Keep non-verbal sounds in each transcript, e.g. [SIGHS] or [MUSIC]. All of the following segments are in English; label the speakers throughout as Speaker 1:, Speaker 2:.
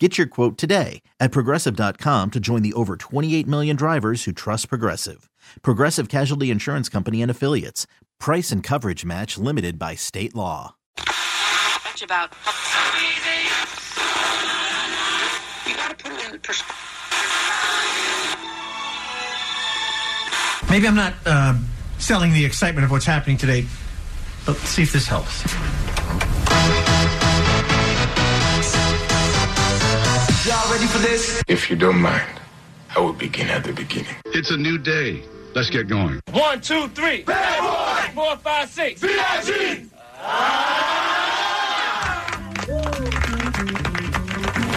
Speaker 1: Get your quote today at progressive.com to join the over 28 million drivers who trust Progressive. Progressive Casualty Insurance Company and Affiliates. Price and coverage match limited by state law.
Speaker 2: much about. You gotta put it in perspective.
Speaker 3: Maybe I'm not uh, selling the excitement of what's happening today, but let's see if this helps.
Speaker 4: Y'all ready for this?
Speaker 5: If you don't mind, I will begin at the beginning.
Speaker 6: It's a new day. Let's get going.
Speaker 7: One, two, three. Bad boy. Four, five, six. VIG.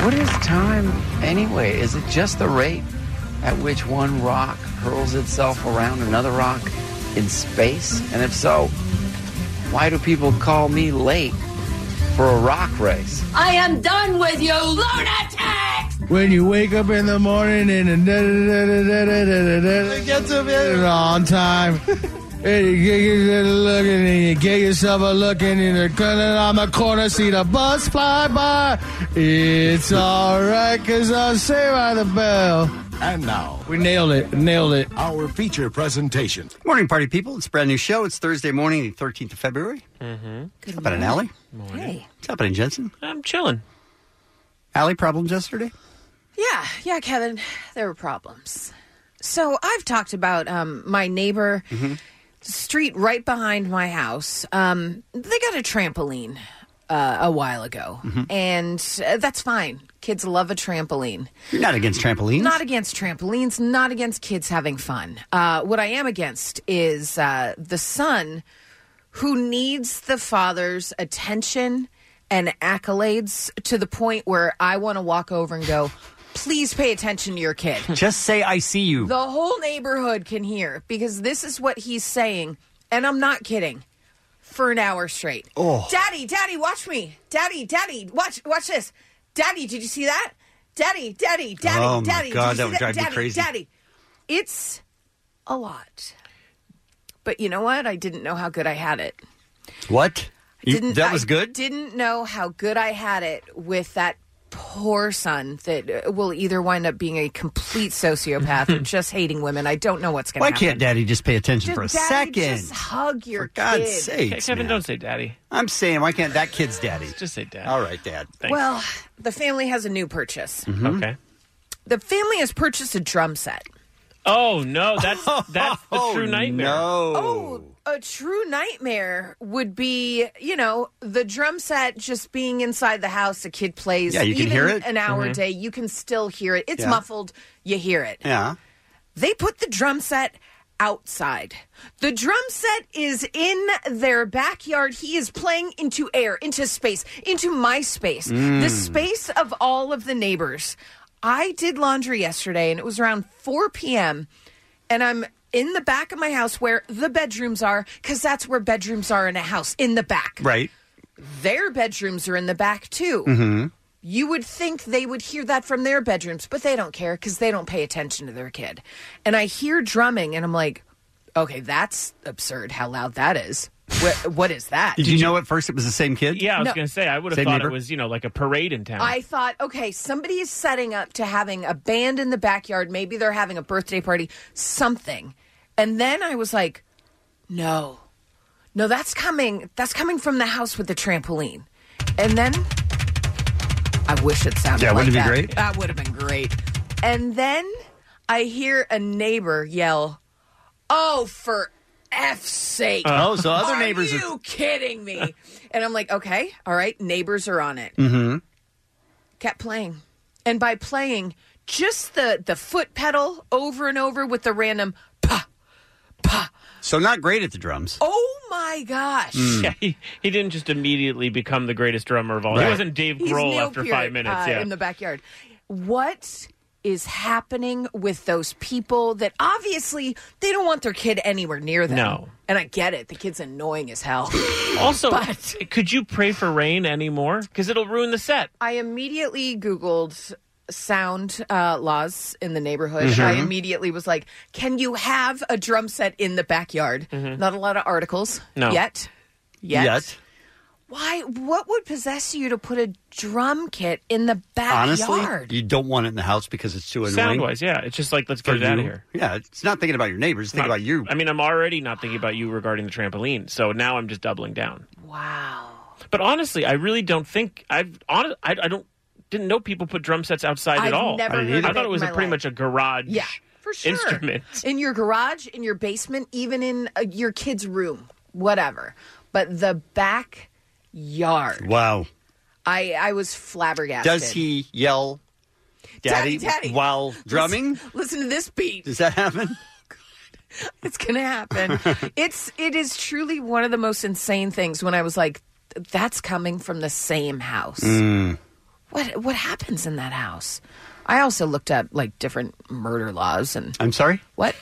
Speaker 8: What is time anyway? Is it just the rate at which one rock hurls itself around another rock in space? And if so, why do people call me late for a rock race?
Speaker 9: I am done with you, lunatics!
Speaker 10: When you wake up in the morning and it da- da- da- da- da- da- da- da- gets a bit on [LAUGHS] time. And you get yourself a look and you get yourself a look and you're turning on the corner, see the bus fly by. It's alright, cause I'll say by the bell.
Speaker 11: And now,
Speaker 10: we nailed it, nailed it.
Speaker 11: Our feature presentation.
Speaker 12: Morning, party people. It's a brand new show. It's Thursday morning, the 13th of February. Mm-hmm. What's happening, Allie?
Speaker 13: Hey.
Speaker 12: What's happening, Jensen?
Speaker 14: I'm chilling.
Speaker 12: Allie, problems yesterday?
Speaker 13: Yeah, yeah, Kevin. There were problems. So I've talked about um, my neighbor, street right behind my house. Um, they got a trampoline uh, a while ago, and uh, that's fine. Kids love a trampoline.
Speaker 12: You're not against trampolines.
Speaker 14: [LAUGHS]
Speaker 13: Not against trampolines, not against kids having fun. Uh, what I am against is uh, the son who needs the father's attention and accolades to the point where I want to walk over and go, please pay attention to your kid.
Speaker 12: Just say, I see you.
Speaker 13: The whole neighborhood can hear because this is what he's saying, and I'm not kidding. For an hour straight.
Speaker 12: Oh.
Speaker 13: Daddy, daddy, watch me. Daddy, daddy, watch watch this. Daddy, did you see that? Daddy, daddy, daddy,
Speaker 12: Oh, my
Speaker 13: daddy. did
Speaker 12: God,
Speaker 13: you see
Speaker 12: that would drive me
Speaker 13: daddy,
Speaker 12: crazy.
Speaker 13: Daddy. It's a lot. But you know what? I didn't know how good I had it.
Speaker 12: What? You-
Speaker 13: Didn't-
Speaker 12: that
Speaker 13: I
Speaker 12: was good?
Speaker 13: Didn't know how good I had it with that poor son that uh, will either wind up being a complete sociopath
Speaker 12: [LAUGHS]
Speaker 13: or just hating women. I don't know what's going to
Speaker 12: Why
Speaker 13: happen.
Speaker 12: can't daddy just pay
Speaker 13: Just
Speaker 12: attention for a
Speaker 13: daddy,
Speaker 12: second?
Speaker 13: Just hug your
Speaker 12: for God's
Speaker 13: kid.
Speaker 12: sake.
Speaker 14: Kevin, don't say daddy.
Speaker 12: I'm saying, why can't that kid's daddy?
Speaker 14: Just say dad.
Speaker 12: All right, dad.
Speaker 13: Well, the family has a new purchase.
Speaker 12: Mm-hmm.
Speaker 14: Okay.
Speaker 13: The family has purchased a drum set.
Speaker 14: Oh
Speaker 12: [LAUGHS]
Speaker 14: no, that's that's the true nightmare.
Speaker 12: Oh, No.
Speaker 13: A true nightmare would be, you know, the drum set just being inside the house. A kid plays.
Speaker 12: Yeah, you can
Speaker 13: even
Speaker 12: hear it.
Speaker 13: An hour a
Speaker 12: Mhm.
Speaker 13: day, you can still hear it. It's
Speaker 12: Yeah.
Speaker 13: muffled. You hear it.
Speaker 12: Yeah.
Speaker 13: They put the drum set outside. The drum set is in their backyard. He is playing into air, into space, into my space,
Speaker 15: Mm.
Speaker 13: the space of all of the neighbors. I did laundry yesterday and it was around 4 p.m. and I'm in the back of my house where the bedrooms are because that's where bedrooms are in a house in the back.
Speaker 12: Right.
Speaker 13: Their bedrooms are in the back too.
Speaker 12: Mm-hmm.
Speaker 13: You would think they would hear that from their bedrooms, but they don't care because they don't pay attention to their kid. And I hear drumming, and I'm like, okay, that's absurd how loud that is. What, what is that?
Speaker 12: Did, you, know at first it was the same kid?
Speaker 14: Yeah, I was
Speaker 13: No.
Speaker 14: gonna say I would have
Speaker 12: Same
Speaker 14: thought
Speaker 12: neighbor?
Speaker 14: it was you know like a parade in town.
Speaker 13: I thought, okay, somebody is setting up to having a band in the backyard. Maybe they're having a birthday party, something. And then I was like, no, no, that's coming. That's coming from the house with the trampoline. And then I wish it sounded
Speaker 12: Yeah,
Speaker 13: like
Speaker 12: wouldn't it be
Speaker 13: that.
Speaker 12: great?
Speaker 13: That would have been great. And then I hear a neighbor yell, "Oh, for F's sake!"
Speaker 12: Oh, so other
Speaker 13: Are
Speaker 12: neighbors are-
Speaker 13: you kidding
Speaker 12: [LAUGHS]
Speaker 13: me? and I'm like, okay, all right, neighbors are on it.
Speaker 12: Mm-hmm.
Speaker 13: Kept playing, and by playing, just the the foot pedal over and over with the random.
Speaker 12: So not great at the drums. Mm.
Speaker 13: Oh my gosh!
Speaker 12: Hmm.
Speaker 14: [LAUGHS] Yeah, he, he didn't just immediately become the greatest drummer of all. He
Speaker 12: Right.
Speaker 14: wasn't Dave
Speaker 13: He's
Speaker 14: Grohl
Speaker 13: Neil uh,
Speaker 14: after
Speaker 13: Peart,
Speaker 14: five minutes.
Speaker 13: uh,
Speaker 14: yeah,
Speaker 13: in the backyard. What is happening with those people that obviously they don't want their kid anywhere near them.
Speaker 14: No.
Speaker 13: And I get it. The kid's annoying as hell. [LAUGHS]
Speaker 14: Also, could you pray for rain anymore? Because it'll ruin the set.
Speaker 13: I immediately Googled sound uh, laws in the neighborhood.
Speaker 14: Mhm.
Speaker 12: Mm-hmm.
Speaker 13: I immediately was like, can you have a drum set in the backyard?
Speaker 14: Mm-hmm.
Speaker 13: Not a lot of articles
Speaker 12: No.
Speaker 13: yet. Yet. Why? What would possess you to put a drum kit in the
Speaker 12: Honestly,
Speaker 13: backyard?
Speaker 12: you don't want it in the house because it's too annoying.
Speaker 14: Sound-wise, yeah. It's just like, let's
Speaker 12: For
Speaker 14: get it out of
Speaker 12: you.
Speaker 14: here.
Speaker 12: Yeah, it's not thinking about your neighbors. It's thinking about you.
Speaker 14: I mean, I'm already not thinking about you regarding the trampoline, so now I'm just doubling down. Wow. But honestly, I really don't think I've honest. I, I don't didn't know people put drum sets outside
Speaker 13: I've
Speaker 14: at all.
Speaker 13: never I didn't heard either. of
Speaker 14: I thought
Speaker 13: it
Speaker 14: it was
Speaker 13: in
Speaker 14: a
Speaker 13: my
Speaker 14: pretty
Speaker 13: life.
Speaker 14: much a garage
Speaker 13: yeah, for sure.
Speaker 14: instrument.
Speaker 13: In your garage, in your basement, even in uh, your kid's room, whatever. But the backyard,
Speaker 12: Wow.
Speaker 13: I I was flabbergasted.
Speaker 12: Does he yell,
Speaker 13: Daddy,
Speaker 12: "Daddy,",
Speaker 13: Daddy.
Speaker 12: while drumming?
Speaker 13: Listen, listen to this beat.
Speaker 12: Does
Speaker 13: [LAUGHS]
Speaker 12: that happen?
Speaker 13: It's gonna
Speaker 12: [LAUGHS]
Speaker 13: happen. it's it is truly one of the most insane things. When I was like, that's coming from the same house.
Speaker 12: Mm.
Speaker 13: Mm. What what happens in that house? I also looked up like different murder laws and
Speaker 12: I'm sorry.
Speaker 13: What?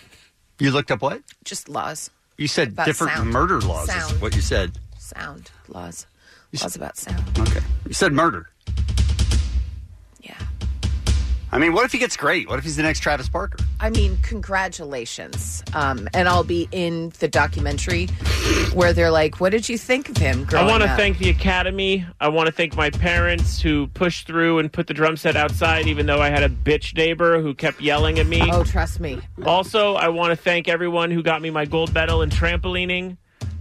Speaker 12: You looked up what?
Speaker 13: just laws,
Speaker 12: You said
Speaker 13: About
Speaker 12: different
Speaker 13: sound.
Speaker 12: murder laws.
Speaker 13: Sound.
Speaker 12: Is what you said.
Speaker 13: sound laws, laws about sound.
Speaker 12: Okay. You said murder. Yeah. I mean, what if he gets great? What if he's the next Travis Barker?
Speaker 13: I mean, congratulations. Um, and I'll be in the documentary where they're like, "What did you think of him?"
Speaker 14: I
Speaker 13: Growing
Speaker 14: want to
Speaker 13: up?"
Speaker 14: thank the academy. I want to thank my parents who pushed through and put the drum set outside, even though I had a bitch neighbor who kept yelling at me.
Speaker 13: Oh, trust me.
Speaker 14: Also, I want to thank everyone who got me my gold medal in trampolining.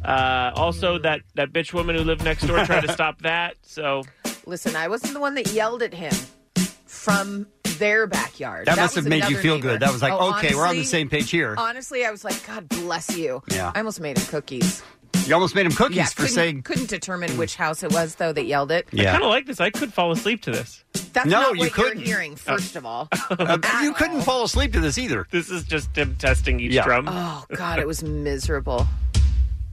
Speaker 14: Uh, also, that, that bitch woman who lived next door [LAUGHS] tried to stop that. So
Speaker 13: Listen, I wasn't the one that yelled at him from their backyard.
Speaker 12: That must
Speaker 13: was
Speaker 12: have made you
Speaker 13: another
Speaker 12: feel
Speaker 13: neighbor.
Speaker 12: good. That was like,
Speaker 13: Oh,
Speaker 12: okay, we're on the
Speaker 13: honestly-
Speaker 12: same page here.
Speaker 13: Honestly, I was like, God bless you.
Speaker 12: Yeah.
Speaker 13: I almost made him cookies.
Speaker 12: You almost made him cookies
Speaker 13: yeah,
Speaker 12: for
Speaker 13: couldn't-
Speaker 12: saying.
Speaker 13: couldn't determine which house it was though that yelled it.
Speaker 12: Yeah. I kinda
Speaker 14: like this. I could fall asleep to this.
Speaker 13: That's
Speaker 12: No,
Speaker 13: not
Speaker 12: you
Speaker 13: what
Speaker 12: couldn't.
Speaker 13: you're hearing. First of
Speaker 14: [LAUGHS]
Speaker 13: all,
Speaker 12: Uh, you couldn't fall asleep to this either.
Speaker 14: Oh. This is just him testing each drum.
Speaker 13: oh God, it was miserable.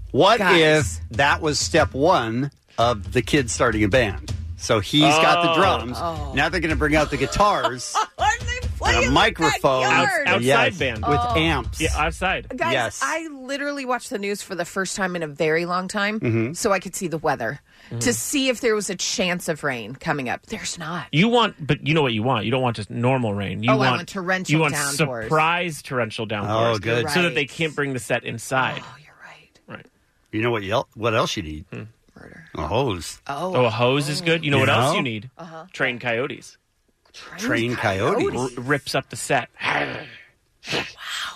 Speaker 12: What
Speaker 13: Guys.
Speaker 12: if that was step one of the kids starting a band? So he's got the
Speaker 14: Oh.
Speaker 12: drums. Now they're going to bring out
Speaker 13: [LAUGHS]
Speaker 12: the guitars and a microphone
Speaker 14: Outs- outside
Speaker 12: Yes,
Speaker 14: band.
Speaker 12: with
Speaker 13: Oh.
Speaker 12: amps.
Speaker 14: Yeah, outside.
Speaker 13: Guys,
Speaker 12: Yes.
Speaker 13: I literally watched the news for the first time in a very long time,
Speaker 14: Mhm.
Speaker 13: so I could see the weather
Speaker 14: Mm-hmm.
Speaker 13: to see if there was a chance of rain coming up. There's not.
Speaker 14: You want, but you know what you want. You don't want just normal rain. You
Speaker 13: Oh, I
Speaker 14: want,
Speaker 13: want torrential
Speaker 14: You want
Speaker 13: downpours.
Speaker 14: surprise torrential downpours.
Speaker 12: Oh, good.
Speaker 14: So that they can't bring the set inside.
Speaker 13: Oh,
Speaker 14: Hmm.
Speaker 12: You know what? Yel- what else you need?
Speaker 13: Murder.
Speaker 12: A hose.
Speaker 13: Oh,
Speaker 14: Oh, a hose is good. You know
Speaker 12: You
Speaker 14: what else
Speaker 12: know?
Speaker 14: you need?
Speaker 13: Uh-huh.
Speaker 14: Trained coyotes.
Speaker 12: Trained coyotes. coyotes.
Speaker 14: R- rips up the set. [LAUGHS]
Speaker 13: I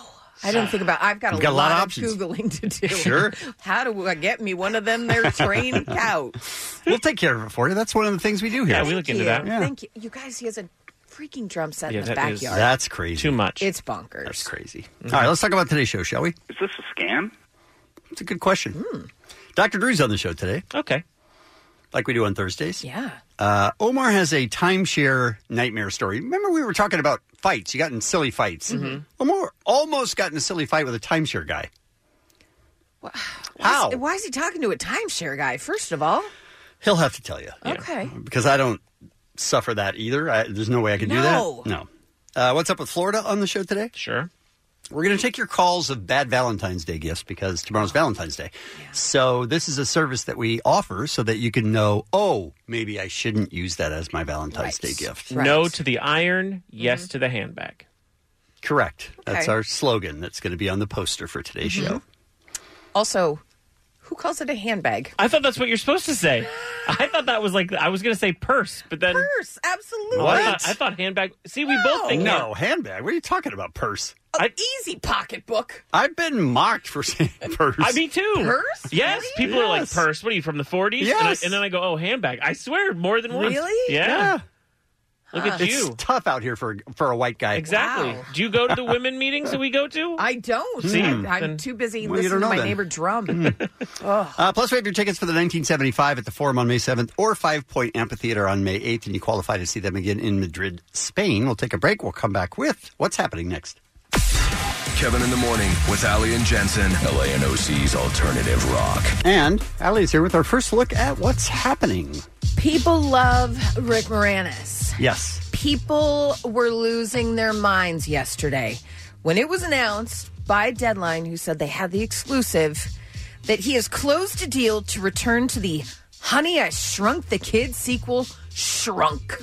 Speaker 14: [SIGHS]
Speaker 13: didn't think about. I've got a,
Speaker 14: You've got
Speaker 13: lot, of
Speaker 14: options.
Speaker 13: googling to do.
Speaker 12: Sure.
Speaker 13: [LAUGHS] How do I get me one of them? They're trained cow.
Speaker 12: We'll take care of it for you. That's one of the things we do here.
Speaker 14: Yeah, we look
Speaker 13: Thank
Speaker 14: into
Speaker 13: you.
Speaker 14: that.
Speaker 13: Thank you. You guys, he has a freaking drum set
Speaker 12: Yeah,
Speaker 13: in the
Speaker 12: that is-
Speaker 13: backyard.
Speaker 12: that's crazy. Too much.
Speaker 13: It's bonkers.
Speaker 12: That's crazy.
Speaker 14: Mm-hmm.
Speaker 12: All right, let's talk about today's show, shall we?
Speaker 15: Is this a scam?
Speaker 12: It's a good question. Dr. Drew's on the show today.
Speaker 14: Okay.
Speaker 12: Like we do on Thursdays.
Speaker 13: Yeah.
Speaker 12: Uh, Omar has a timeshare nightmare story. Remember, we were talking about fights. You got in silly fights. Omar almost got in a silly fight with a timeshare guy.
Speaker 13: Why
Speaker 12: How?
Speaker 13: is, why is he talking to a timeshare guy? First of all,
Speaker 12: He'll have to tell you
Speaker 13: okay.
Speaker 12: because I don't suffer that either. I, there's no way I can
Speaker 13: No.
Speaker 12: do that. No. Uh, what's up with Florida on the show today?
Speaker 14: Sure.
Speaker 12: We're going to take your calls of bad Valentine's Day gifts because
Speaker 13: Oh.
Speaker 12: tomorrow's Valentine's Day. So, this is a service that we offer so that you can know, oh, maybe I shouldn't use that as my Valentine's Day gift.
Speaker 14: No to the iron, yes
Speaker 13: Mm-hmm.
Speaker 14: to the handbag.
Speaker 12: Correct. That's
Speaker 13: Okay. Mm-hmm.
Speaker 12: our slogan that's going to be on the poster for today's show.
Speaker 13: Also, who calls it a handbag?
Speaker 14: I thought that's what you're supposed to say. [LAUGHS] I thought that was like I was going to say purse, but then
Speaker 13: Purse, absolutely.
Speaker 14: Oh, I, thought, I thought handbag. See, we both think
Speaker 12: No, handbag. What are you talking about? Purse.
Speaker 13: An Oh, easy pocketbook.
Speaker 12: I've been mocked for saying purse.
Speaker 14: I me too.
Speaker 13: Purse?
Speaker 14: Yes,
Speaker 13: Really?
Speaker 14: people are like
Speaker 13: Yes.
Speaker 14: purse. What are you from the 40s? And, I,
Speaker 12: Yes.
Speaker 14: and then I go, oh, handbag. I swear, more than once.
Speaker 12: Really?
Speaker 14: Yeah.
Speaker 12: Yeah.
Speaker 14: Look at
Speaker 12: It's
Speaker 14: you.
Speaker 12: tough out here for for a white guy.
Speaker 14: Exactly. Do you go to the women meetings that we go to?
Speaker 13: [LAUGHS] I don't.
Speaker 12: See?
Speaker 13: I'm, I'm
Speaker 12: Then-
Speaker 13: too busy
Speaker 12: Well, you
Speaker 13: listening to
Speaker 12: don't know
Speaker 13: my
Speaker 12: then.
Speaker 13: neighbor drum. [LAUGHS]
Speaker 12: Uh, plus, we have your tickets for the 1975 at the Forum on May 7th or Five Point Amphitheater on May 8th, and you qualify to see them again in Madrid, Spain. We'll take a break. We'll come back with what's happening next.
Speaker 11: Kevin in the Morning with Ali and Jensen. LA and OC's alternative rock.
Speaker 12: And Allie's here with our first look at what's happening.
Speaker 13: People love Rick Moranis.
Speaker 12: Yes.
Speaker 13: people were losing their minds yesterday when it was announced by Deadline, who said they had the exclusive, that he has closed a deal to return to the Honey, I Shrunk the Kids sequel, Shrunk.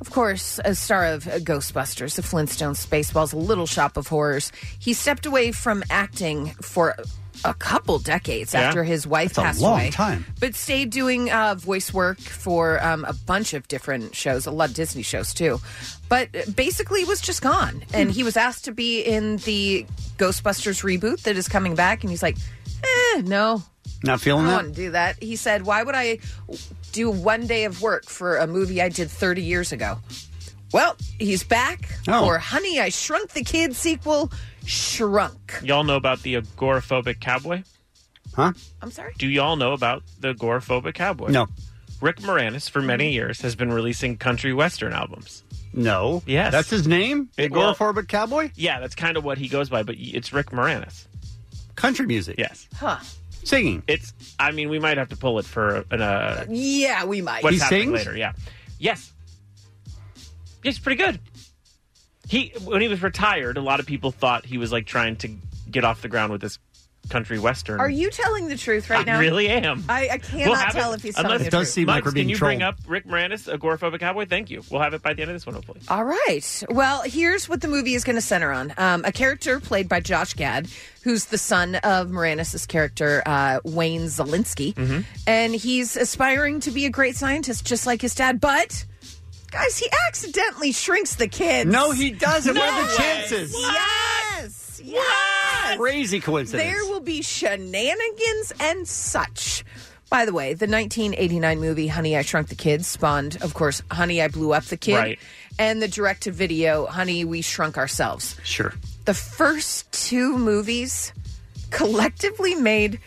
Speaker 13: Of course, a star of uh, Ghostbusters, The Flintstones, Spaceballs, A Little Shop of Horrors. He stepped away from acting for a couple decades
Speaker 12: Yeah.
Speaker 13: after his wife
Speaker 12: That's a
Speaker 13: passed
Speaker 12: long
Speaker 13: away,
Speaker 12: time.
Speaker 13: but stayed doing uh, voice work for um, a bunch of different shows, a lot of Disney shows too. But uh, basically, was just gone,
Speaker 12: Hmm.
Speaker 13: and he was asked to be in the Ghostbusters reboot that is coming back, and he's like, eh, "No,
Speaker 12: Not feeling
Speaker 13: I don't
Speaker 12: that?
Speaker 13: want to do that. He said, Why would I do one day of work for a movie I did 30 years ago? Well, he's back
Speaker 14: Oh.
Speaker 13: for Honey, I Shrunk the Kid sequel, Shrunk.
Speaker 14: Y'all know about the agoraphobic cowboy?
Speaker 12: Huh?
Speaker 13: I'm sorry?
Speaker 14: Do y'all know about the agoraphobic cowboy?
Speaker 12: No.
Speaker 14: Rick Moranis, for
Speaker 13: Mm-hmm.
Speaker 14: many years, has been releasing country western albums.
Speaker 12: No.
Speaker 14: Yes.
Speaker 12: That's his name?
Speaker 14: It- well-
Speaker 12: Agoraphobic Cowboy?
Speaker 14: Yeah, that's kind of what he goes by, but y- it's Rick Moranis.
Speaker 12: Country music.
Speaker 14: Yes.
Speaker 13: Huh.
Speaker 12: Singing.
Speaker 14: It's, I mean, we might have to pull it for an, uh,
Speaker 13: Yeah, we might.
Speaker 14: what's happening later. Yeah. Yes. He's pretty good. He when he was retired, a lot of people thought he was like trying to get off the ground with this country western.
Speaker 13: Are you telling the truth right
Speaker 14: I
Speaker 13: now?
Speaker 14: really am.
Speaker 13: I, I
Speaker 14: We'll
Speaker 13: cannot
Speaker 14: have
Speaker 13: tell
Speaker 14: it-
Speaker 13: if he's telling
Speaker 14: unless,
Speaker 13: the truth.
Speaker 14: Muggs, Can you bring up Rick Moranis, agoraphobic cowboy? Thank you. We'll have it by the end of this one, hopefully.
Speaker 13: All right. Well, here's what the movie is going to center on. Um, a character played by Josh Gad, who's the son of Moranis' character, uh, Wayne Zelinsky.
Speaker 14: Mm-hmm.
Speaker 13: And he's aspiring to be a great scientist, just like his dad. But, guys, he accidentally shrinks the kids.
Speaker 12: No, he doesn't. What are the
Speaker 13: No.
Speaker 12: chances? What?
Speaker 13: Yes. Yes.
Speaker 12: Crazy coincidence.
Speaker 13: There will be shenanigans and such. By the way, the 1989 movie Honey, I Shrunk the Kids spawned, of course, Honey, I Blew Up the Kid,
Speaker 12: Right.
Speaker 13: and the direct to video Honey, We Shrunk Ourselves.
Speaker 12: Sure.
Speaker 13: The first two movies collectively made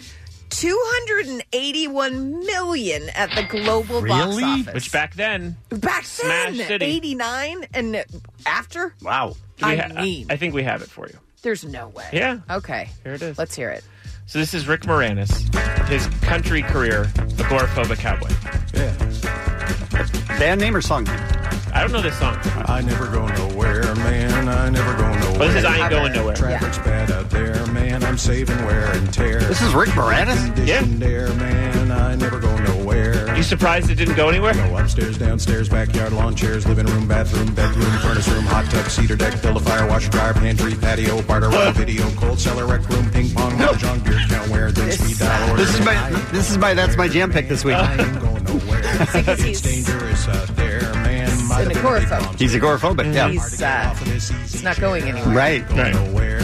Speaker 13: 281 million at the global box office.
Speaker 14: Which back then,
Speaker 13: Back then,
Speaker 14: Smash City.
Speaker 13: 89 and after,
Speaker 14: wow.
Speaker 13: I mean.
Speaker 14: I, think we have it for you.
Speaker 13: there's no way.
Speaker 14: Yeah.
Speaker 13: Okay.
Speaker 14: Here it is.
Speaker 13: Let's hear it.
Speaker 14: So this is Rick Moranis, his country career, agoraphobic cowboy.
Speaker 12: Band name or song name?
Speaker 14: I don't know this song.
Speaker 15: I never go nowhere, man. I never go nowhere.
Speaker 14: this is I Ain't Going Nowhere.
Speaker 15: Traffic's bad out there, man. I'm saving wear and tear.
Speaker 14: This is Rick Moranis?
Speaker 15: Yeah. Air, man. I never go nowhere.
Speaker 14: You surprised it didn't go anywhere?
Speaker 15: No, upstairs, downstairs, backyard, lawn chairs, living room, bathroom, bedroom, furnace room, hot tub, cedar deck, build a fire, washer, dryer, pantry, patio,
Speaker 14: [LAUGHS]
Speaker 15: barter, room, video, cold cellar, rec room, ping pong, mahjong, beer, count, wear, then speed dial, order.
Speaker 12: This is my this is my that's my jam pick this week.
Speaker 14: Uh,
Speaker 15: it's dangerous out there, man. My
Speaker 13: An agoraphobe.
Speaker 12: He's agoraphobic. Yeah.
Speaker 13: He's, uh, it's not going anywhere.
Speaker 12: Right.
Speaker 15: Nowhere.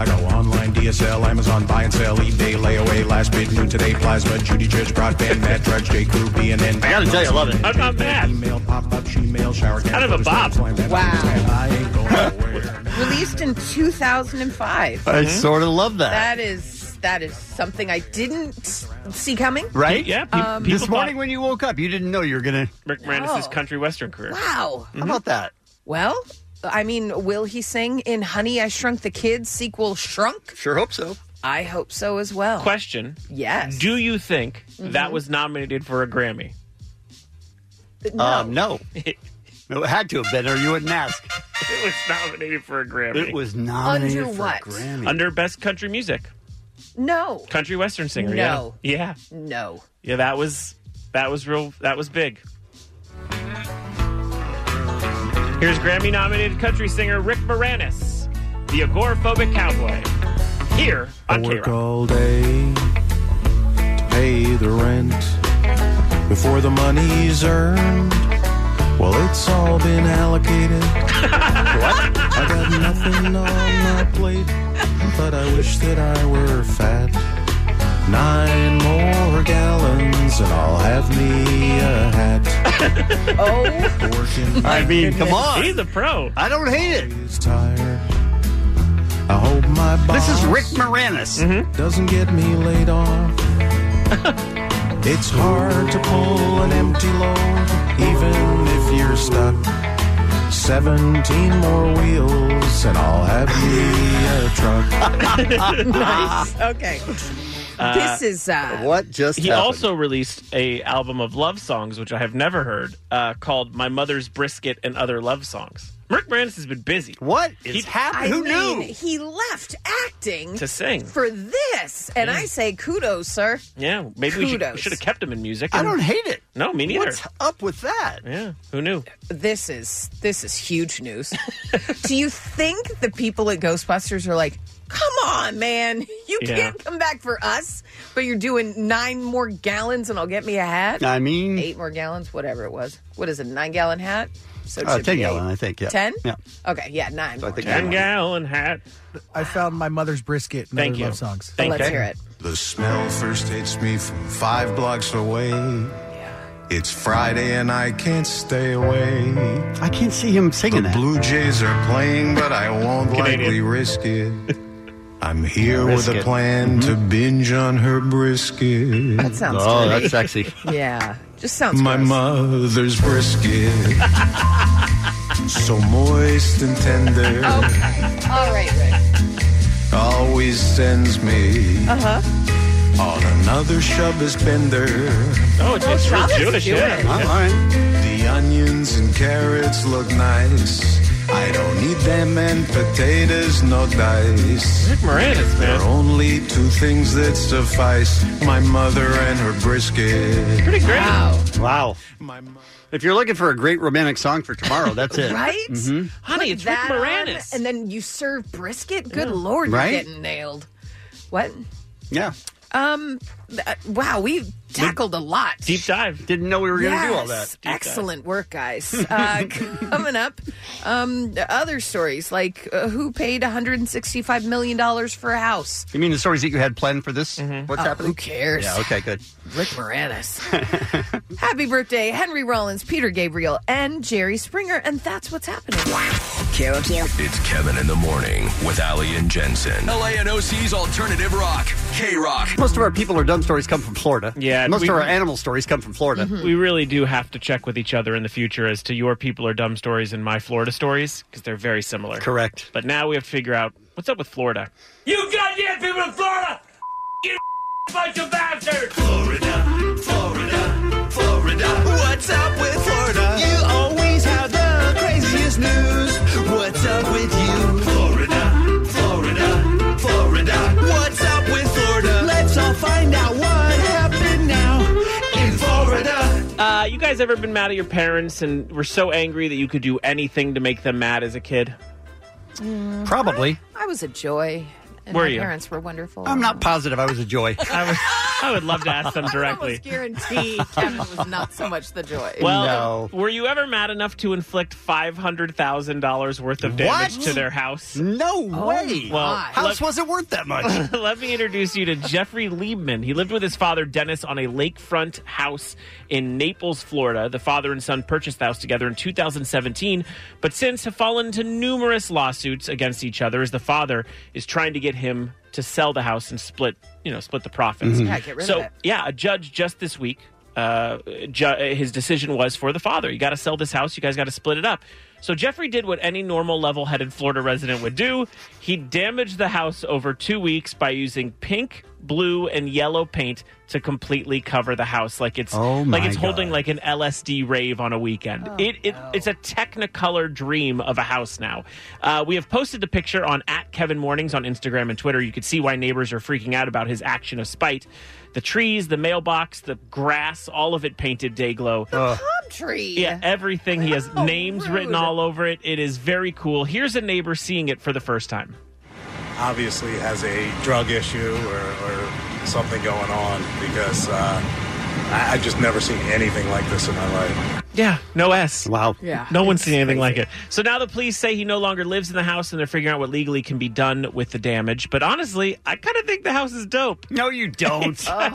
Speaker 15: I go online, DSL, Amazon, buy and sell, eBay, layaway, last bid, new today, plasma, Judy Church, broadband, Matt Drudge, J. Crew, BNN.
Speaker 12: I gotta tell you, I love it.
Speaker 14: I'm not mad.
Speaker 15: Email, pop up, Gmail, shower, kind of a bob.
Speaker 13: Wow. Released in 2005.
Speaker 12: I
Speaker 14: Mm-hmm.
Speaker 12: sort of love that.
Speaker 13: That is that is something I didn't see coming.
Speaker 12: Right?
Speaker 13: Um, Oh.
Speaker 12: this morning when you woke up, you didn't know you were gonna
Speaker 14: Rick
Speaker 13: Moranis' No.
Speaker 14: country western career.
Speaker 13: Wow.
Speaker 12: How
Speaker 14: Mm-hmm.
Speaker 12: about that?
Speaker 13: Well, I mean, will he sing in Honey I Shrunk the Kids sequel Shrunk?
Speaker 12: Sure hope so.
Speaker 13: I hope so as well.
Speaker 14: Question.
Speaker 13: Yes.
Speaker 14: Do you think
Speaker 13: Mhm.
Speaker 14: that was nominated for a Grammy?
Speaker 13: No.
Speaker 12: Um, no.
Speaker 13: [LAUGHS]
Speaker 12: it had to have been, or you wouldn't ask.
Speaker 14: It was nominated for a Grammy.
Speaker 12: It
Speaker 13: Oh,
Speaker 12: was nominated for a Grammy.
Speaker 14: Under Best Country Music,
Speaker 13: No.
Speaker 14: Country Western Singer.
Speaker 13: No.
Speaker 14: Yeah. Yeah.
Speaker 13: No.
Speaker 14: Yeah, that was that was real. That was big. Here's Grammy-nominated country singer Rick Moranis, the agoraphobic cowboy. Here
Speaker 15: I
Speaker 14: on K
Speaker 15: work all day to pay the rent before the money's earned. Well, it's all been allocated. I got nothing on my plate, but I wish that I were fat. Nine more gallons, and I'll have me a hat.
Speaker 13: oh,
Speaker 15: working.
Speaker 12: I mean,
Speaker 14: [LAUGHS]
Speaker 12: come on.
Speaker 14: He's a pro.
Speaker 12: I don't hate it.
Speaker 15: I hope my boss
Speaker 12: This is Rick Moranis.
Speaker 15: doesn't get me laid off. it's hard to pull an empty load, even if you're stuck. Seventeen more
Speaker 12: [LAUGHS]
Speaker 15: wheels, and I'll have me a truck.
Speaker 13: nice. [LAUGHS] Okay.
Speaker 14: Uh,
Speaker 13: this is uh,
Speaker 12: what just
Speaker 14: he also released a album of love songs, which I have never heard, uh, called "My Mother's Brisket and Other Love Songs." Rick Moranis has been busy.
Speaker 12: What is
Speaker 13: I mean, He left acting
Speaker 14: To sing.
Speaker 13: for this, and I say kudos, sir.
Speaker 14: Yeah, maybe we should,
Speaker 13: Kudos.
Speaker 14: we should have kept him in music.
Speaker 13: I
Speaker 14: and-
Speaker 13: don't hate it.
Speaker 14: No, me neither.
Speaker 13: What's
Speaker 12: up with that?
Speaker 14: Yeah, who knew?
Speaker 13: This is this is huge news. [LAUGHS] Do you think the people at Ghostbusters are like, "Come on, man, [LAUGHS] you
Speaker 12: Yeah.
Speaker 13: can't come back for us," but you're doing nine more gallons, and I'll get me a hat.
Speaker 12: I mean-
Speaker 13: eight more gallons, whatever it was. What is it, a nine gallon hat? So it
Speaker 12: Uh,
Speaker 13: should be
Speaker 12: 10
Speaker 13: eight.
Speaker 12: gallon, I think. Yeah.
Speaker 13: Ten?
Speaker 12: Yeah.
Speaker 13: Okay, yeah, nine.
Speaker 12: So I
Speaker 13: more.
Speaker 12: think
Speaker 14: Ten gallon hat.
Speaker 16: I found my mother's brisket. And
Speaker 14: Thank
Speaker 16: other
Speaker 14: you.
Speaker 16: Love songs.
Speaker 14: Thank
Speaker 13: Let's
Speaker 14: you.
Speaker 13: hear it.
Speaker 15: The smell first hits me from five blocks away. It's Friday and I can't stay away.
Speaker 12: I can't see him singing
Speaker 15: the
Speaker 12: that.
Speaker 15: Blue Jays are playing, but I won't
Speaker 12: Canadian.
Speaker 15: likely risk it. I'm here with a
Speaker 12: Brisket.
Speaker 15: plan to binge on her brisket.
Speaker 13: That sounds Oh, dirty. that's [LAUGHS]
Speaker 12: sexy.
Speaker 13: Yeah, just sounds. [LAUGHS]
Speaker 12: [LAUGHS]
Speaker 15: My
Speaker 13: gross.
Speaker 15: mother's brisket. so moist and tender.
Speaker 13: Okay. All right, Rick.
Speaker 15: Always sends me
Speaker 13: Uh
Speaker 12: Uh-huh.
Speaker 13: huh.
Speaker 15: on another Shabbos bender.
Speaker 14: Oh, it's, it's real
Speaker 15: Shabbos
Speaker 14: Jewish,
Speaker 15: Jewish.
Speaker 14: yeah.
Speaker 15: I'm all The onions and carrots look nice. I don't need them and potatoes, no dice.
Speaker 14: Rick Moranis,
Speaker 15: There are only two things that suffice my mother and her brisket.
Speaker 14: Pretty great. Wow.
Speaker 12: Wow. If you're looking for a great romantic song for tomorrow, that's it.
Speaker 13: Right?
Speaker 12: Mhm.
Speaker 14: Honey,
Speaker 13: Put
Speaker 14: it's Rick
Speaker 13: that on,
Speaker 14: Moranis.
Speaker 13: and then you serve brisket? Good lord,
Speaker 12: Right?
Speaker 13: you're getting nailed. What?
Speaker 12: Yeah.
Speaker 13: Um, th- wow, we tackled a lot.
Speaker 14: Deep dive.
Speaker 12: Didn't know we were going to do all that.
Speaker 13: Yes, Excellent work, guys.
Speaker 14: [LAUGHS]
Speaker 13: Uh, coming up, um, other stories like uh, who paid $165 million for a house?
Speaker 12: You mean the stories that you had planned for this?
Speaker 14: Mm-hmm.
Speaker 12: What's
Speaker 13: Oh,
Speaker 12: happening?
Speaker 13: who cares?
Speaker 12: Yeah, okay, good.
Speaker 13: Rick
Speaker 12: [LAUGHS]
Speaker 13: Moranis. Happy birthday, Henry Rollins, Peter Gabriel, and Jerry Springer. And that's what's happening.
Speaker 11: It's Kevin in the morning with Ali and Jensen. LANOC's alternative rock, K Rock.
Speaker 12: Most of our people or dumb stories come from Florida.
Speaker 14: Yeah,
Speaker 12: Most
Speaker 14: we-
Speaker 12: of our animal stories come
Speaker 13: [LAUGHS]
Speaker 12: from Florida.
Speaker 14: We really do have to check with each other in the future as to your people are dumb stories and my Florida stories because they're very similar.
Speaker 12: Correct.
Speaker 14: But now we have to figure out what's up with Florida.
Speaker 7: You goddamn people in Florida! You bunch of bastards!
Speaker 4: Florida, Florida, Florida. What's up with Florida? You always have the craziest news. What's up with you? Florida, Florida, Florida. What's up with Florida? Let's all find out what happened now in Florida.
Speaker 14: Uh, you guys ever been mad at your parents and were so angry that you could do anything to make them mad as a kid?
Speaker 12: Probably.
Speaker 13: I was a joy. And
Speaker 14: Were
Speaker 13: my
Speaker 14: you?
Speaker 13: parents were wonderful.
Speaker 12: I'm not positive I was a joy.
Speaker 14: [LAUGHS] I would, I would love to ask
Speaker 12: [LAUGHS]
Speaker 14: them directly. [LAUGHS]
Speaker 13: guarantee Kevin was not so much the joy.
Speaker 14: Well, were you ever mad enough to inflict five hundred thousand dollars worth of damage
Speaker 12: What?
Speaker 14: to their house?
Speaker 12: No
Speaker 14: Oh
Speaker 12: way.
Speaker 14: my. Well,
Speaker 12: House wasn't worth that
Speaker 14: [LAUGHS]
Speaker 12: much.
Speaker 14: Let me introduce you to Jeffrey Liebman. He lived with his father, Dennis, on a lakefront house in Naples, Florida. The father and son purchased the house together in 2017, but since have fallen into numerous lawsuits against each other as the father is trying to get him to sell the house and split, you know, split the profits.
Speaker 13: Mm-hmm. Yeah, get rid of
Speaker 14: so,
Speaker 13: it.
Speaker 14: yeah, a judge just this week, uh, ju- his decision was for the father. You got to sell this house. You guys got to split it up. So Jeffrey did what any normal level-headed Florida resident would do. He damaged the house over two weeks by using pink, blue, and yellow paint to completely cover the house, like it's
Speaker 12: Oh,
Speaker 14: like
Speaker 12: my
Speaker 14: it's holding like an LSD rave on a weekend. it, it it's a Technicolor dream of a house now. Uh, we have posted the picture on at Kevin Mornings on Instagram and Twitter. You can see why neighbors are freaking out about his action of spite. The trees, the mailbox, the grass, all of it painted day glow.
Speaker 13: palm tree.
Speaker 14: Yeah, everything. He has names written all over it. It is very cool. Here's a neighbor seeing it for the first time.
Speaker 17: obviously has a drug issue or, or something going on because uh, I, I've just never seen anything like this in my life.
Speaker 14: Yeah, no S.
Speaker 12: Wow.
Speaker 13: Yeah.
Speaker 14: No one's seen anything like it. So now the police say he no longer lives in the house and they're figuring out what legally can be done with the damage. But honestly, I kind of think the house is dope.
Speaker 12: No, you
Speaker 14: [LAUGHS]
Speaker 12: don't. Uh,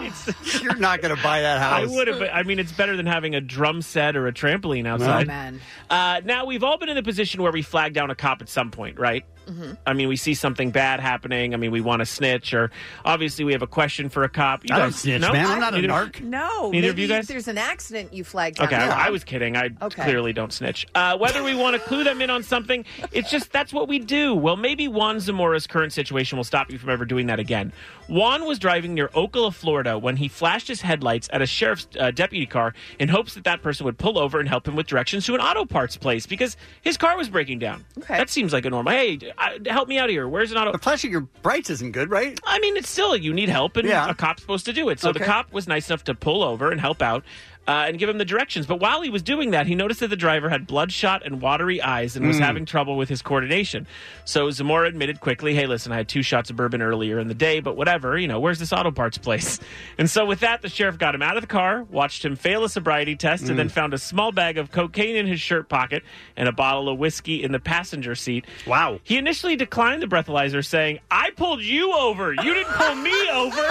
Speaker 12: You're not going to buy that house.
Speaker 14: I would have. I mean, it's better than having a drum set or a trampoline outside.
Speaker 13: man.
Speaker 14: Uh, now we've all been in the position where we flag down a cop at some point, right?
Speaker 13: Mm-hmm.
Speaker 14: I mean, we see something bad happening. I mean, we want to snitch, or obviously we have a question for a cop. You
Speaker 12: I don't
Speaker 14: guys-
Speaker 12: snitch,
Speaker 14: no?
Speaker 12: man. I'm not a
Speaker 14: Neither-
Speaker 12: narc.
Speaker 13: No. maybe
Speaker 14: Neither of you guys?
Speaker 13: If there's an accident, you flagged
Speaker 14: Okay,
Speaker 13: down.
Speaker 14: I, I was kidding. I
Speaker 13: Okay.
Speaker 14: clearly don't snitch. Uh, whether we want to clue them in on something, it's just that's what we do. Well, maybe Juan Zamora's current situation will stop you from ever doing that again. Juan was driving near Ocala, Florida, when he flashed his headlights at a sheriff's uh, deputy car in hopes that that person would pull over and help him with directions to an auto parts place because his car was breaking down. Okay. That seems like a normal. Hey, I, help me out here. Where's an auto? But
Speaker 12: flashing your brights isn't good, right?
Speaker 14: I mean, it's still you need help, and
Speaker 12: Yeah.
Speaker 14: a cop's supposed to do it. So the
Speaker 12: Okay.
Speaker 14: cop cop was nice enough to pull over and help out uh, and give him the directions. But while he was doing that, he noticed that the driver had bloodshot and watery eyes and was
Speaker 18: Mm.
Speaker 14: having trouble with his coordination. So Zamora admitted quickly, hey, listen, I had two shots of bourbon earlier in the day, but whatever, you know, where's this auto parts place? [LAUGHS] And so with that, the sheriff got him out of the car, watched him fail a sobriety test, and then found a small bag of cocaine in his shirt pocket and a bottle of whiskey in the passenger seat. Wow. He initially declined the breathalyzer, saying, I pulled you over. You didn't
Speaker 7: [LAUGHS]
Speaker 14: pull me
Speaker 12: [LAUGHS]
Speaker 14: over.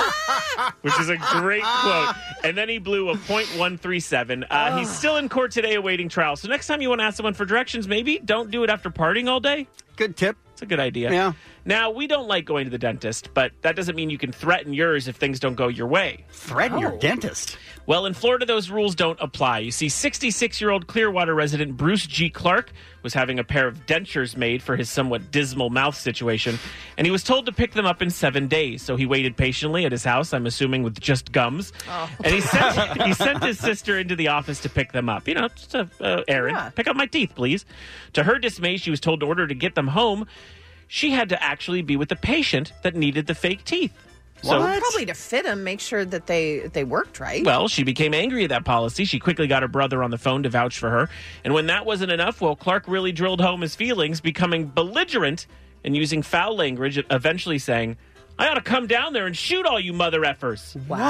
Speaker 14: which is a great quote. And then he blew a .137. Uh, he's still in court today awaiting trial. So next time you want to ask someone for directions, maybe don't do it after partying all day.
Speaker 12: Good tip.
Speaker 14: It's a good idea.
Speaker 12: Yeah.
Speaker 14: Now we don't like going to the dentist, but that doesn't mean you can threaten yours if things don't go your way. Oh.
Speaker 12: Threaten your dentist.
Speaker 14: Well, in Florida, those rules don't apply. You see, 66 year old Clearwater resident Bruce G. Clark was having a pair of dentures made for his somewhat dismal mouth situation, and he was told to pick them up in seven days. So he waited patiently at his house, I'm assuming with just gums.
Speaker 19: Oh.
Speaker 14: And he sent, he sent
Speaker 19: [LAUGHS]
Speaker 14: his sister into the office to pick them up. You know, just a uh, errand. Pick up my teeth, please. To her dismay, she was told to order her to get them home. She had to actually be with the patient that needed the fake teeth. So-
Speaker 13: probably to fit them, make sure that they they worked right.
Speaker 14: well, she became angry at that policy. She quickly got her brother on the phone to vouch for her. And when that wasn't enough, well, Clark really drilled home his feelings, becoming belligerent and using foul language, eventually saying, I ought to come down there and shoot all you mother effers.
Speaker 12: What the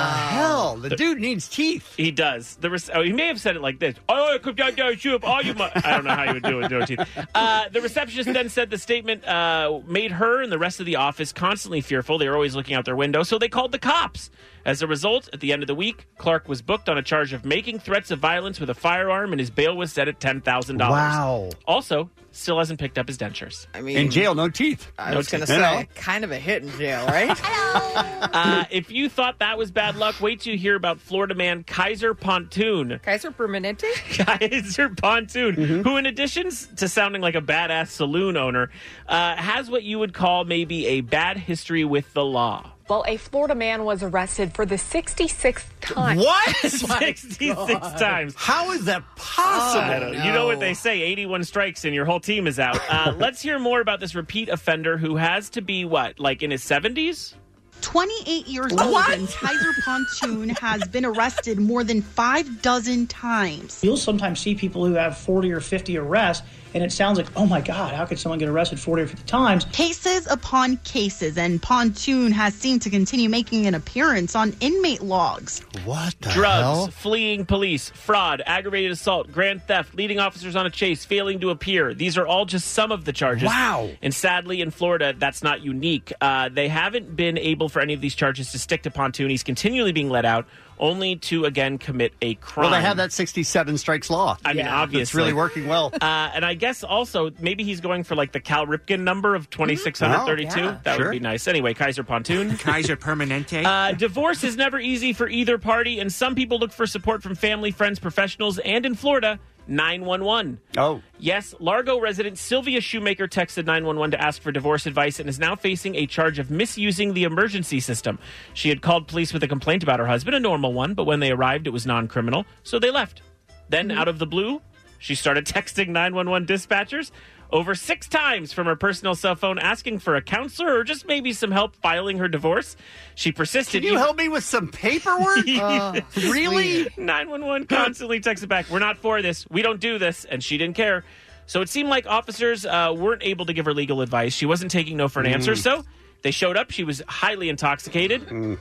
Speaker 12: hell? The dude needs teeth.
Speaker 14: He does. The res- oh, he may have said it like this. Oh, come down there and shoot up all you. Mu-. I don't know how you would do it. No teeth. Uh, the receptionist then said the statement uh, made her and the rest of the office constantly fearful. They were always looking out their window, so they called the cops. As a result, at the end of the week, Clark was booked on a charge of making threats of violence with a firearm, and his bail was set at ten thousand dollars.
Speaker 12: Wow.
Speaker 14: Also, still hasn't picked up his dentures. I
Speaker 13: mean,
Speaker 12: In jail, no teeth.
Speaker 13: I
Speaker 14: No
Speaker 13: was going to
Speaker 14: teeth. You
Speaker 13: say,
Speaker 14: know.
Speaker 13: kind of a hit in jail, right?
Speaker 14: uh, if you thought that was bad luck, wait till you hear about Florida man Kaiser Pontoon. [LAUGHS]
Speaker 13: Kaiser Permanente?
Speaker 14: Kaiser Pontoon,
Speaker 13: Mm-hmm.
Speaker 14: who, in addition s- to sounding like a badass saloon owner, uh, has what you would call maybe a bad history with the law.
Speaker 20: Well, a Florida man was arrested for the 66th time. [LAUGHS]
Speaker 12: What?
Speaker 14: [LAUGHS] 66 times.
Speaker 12: How is that possible?
Speaker 14: I don't- You know what they say 81 strikes and your whole team is out.
Speaker 13: [LAUGHS]
Speaker 14: Uh, let's hear more about this repeat offender who has to be what, like in his 70s?
Speaker 21: 28 years old and Kaiser Pontoon has been arrested more than five dozen times.
Speaker 22: You'll sometimes see people who have 40 or 50 arrests, and it sounds like, oh my God, how could someone get arrested 40 or 50 times?
Speaker 21: Cases upon cases, and Pontoon has seemed to continue making an appearance on inmate logs.
Speaker 12: What?
Speaker 14: Drugs, fleeing police, fraud, aggravated assault, grand theft, leading officers on a chase, failing to appear. These are all just some of the charges.
Speaker 12: Wow.
Speaker 14: And sadly, in Florida, that's not unique. Uh, they haven't been able for any of these charges to stick to Pontoon. He's continually being let out, only to again commit a crime.
Speaker 12: Well, they have that 67 strikes law.
Speaker 14: I mean, obviously,
Speaker 12: It's really
Speaker 13: [LAUGHS]
Speaker 12: working well.
Speaker 14: [LAUGHS] Uh, and I guess also maybe he's going for like the Cal Ripken number of twenty six hundred thirty two.
Speaker 23: Mhm. Mm-hmm. Oh, yeah.
Speaker 14: That
Speaker 23: Sure.
Speaker 14: would be nice. Anyway, Kaiser Pontoon.
Speaker 23: [LAUGHS] Kaiser Permanente.
Speaker 14: Uh, divorce is never easy for either party, and some people look for support from family, friends, professionals, and in Florida, 911.
Speaker 12: Oh.
Speaker 14: Yes, Largo resident Sylvia Shoemaker texted 911 to ask for divorce advice and is now facing a charge of misusing the emergency system. She had called police with a complaint about her husband, a normal one, but when they arrived, it was non criminal, so they left. Then,
Speaker 12: Mm-hmm.
Speaker 14: out of the blue, she started texting 911 dispatchers over six times from her personal cell phone asking for a counselor or just maybe some help filing her divorce. She persisted.
Speaker 12: Can you help me with some
Speaker 14: [LAUGHS]
Speaker 12: paperwork? Uh, really?
Speaker 14: 911 constantly texted back, We're not for this. We don't do this. And she didn't care. So it seemed like officers uh, weren't able to give her legal advice. She wasn't taking no for an answer.
Speaker 12: Mm.
Speaker 14: So they showed up. She was highly intoxicated. And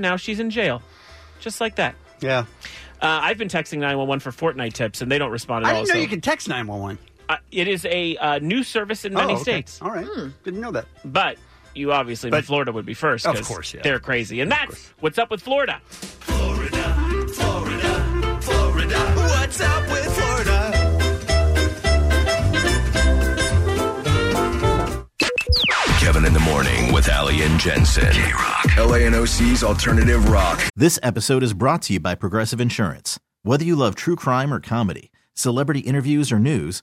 Speaker 14: now she's in jail. Just like that.
Speaker 12: Yeah.
Speaker 14: Uh, I've been texting 911 for Fortnite tips, and they don't respond at
Speaker 12: I
Speaker 14: all.
Speaker 12: didn't know
Speaker 14: so-
Speaker 12: you could text 911.
Speaker 14: Uh, it is a uh, new service in
Speaker 12: Oh,
Speaker 14: many
Speaker 12: okay.
Speaker 14: states.
Speaker 12: All right. Didn't know that.
Speaker 14: But you obviously knew
Speaker 12: But-
Speaker 14: Florida would be first.
Speaker 12: Of
Speaker 14: 'cause
Speaker 12: course, yeah.
Speaker 14: They're crazy. And that's what's up with Florida.
Speaker 4: Florida. What's up with Florida?
Speaker 11: Ellie and Jensen. K Rock. LANOC's Alternative Rock.
Speaker 1: This episode is brought to you by Progressive Insurance. Whether you love true crime or comedy, celebrity interviews or news,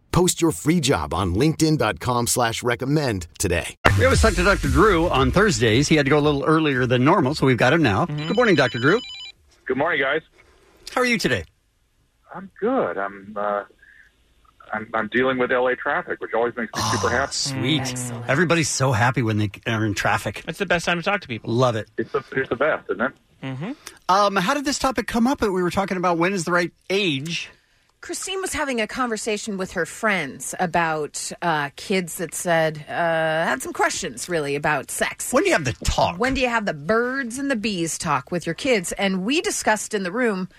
Speaker 23: Post your free job on linkedin.com slash recommend today.
Speaker 12: We always talk to Dr. Drew on Thursdays. He had to go a little earlier than normal, so we've got him now.
Speaker 14: Mm-hmm.
Speaker 12: Good morning, Dr. Drew.
Speaker 19: Good morning, guys.
Speaker 12: How are you today?
Speaker 19: I'm good. I'm uh, I'm, I'm dealing with LA traffic, which always makes me
Speaker 24: Oh,
Speaker 19: super happy.
Speaker 12: Sweet. Everybody's so happy when they are in traffic.
Speaker 14: That's the best time to talk to people.
Speaker 12: Love it.
Speaker 19: It's the, it's the best, isn't it?
Speaker 12: Mm-hmm. Um, how did this topic come up? We were talking about when is the right age.
Speaker 13: Christine was having a conversation with her friends about uh, kids that said, uh, had some questions really about sex.
Speaker 12: When do you have the talk?
Speaker 13: When do you have the birds and the bees talk with your kids? And we discussed in the room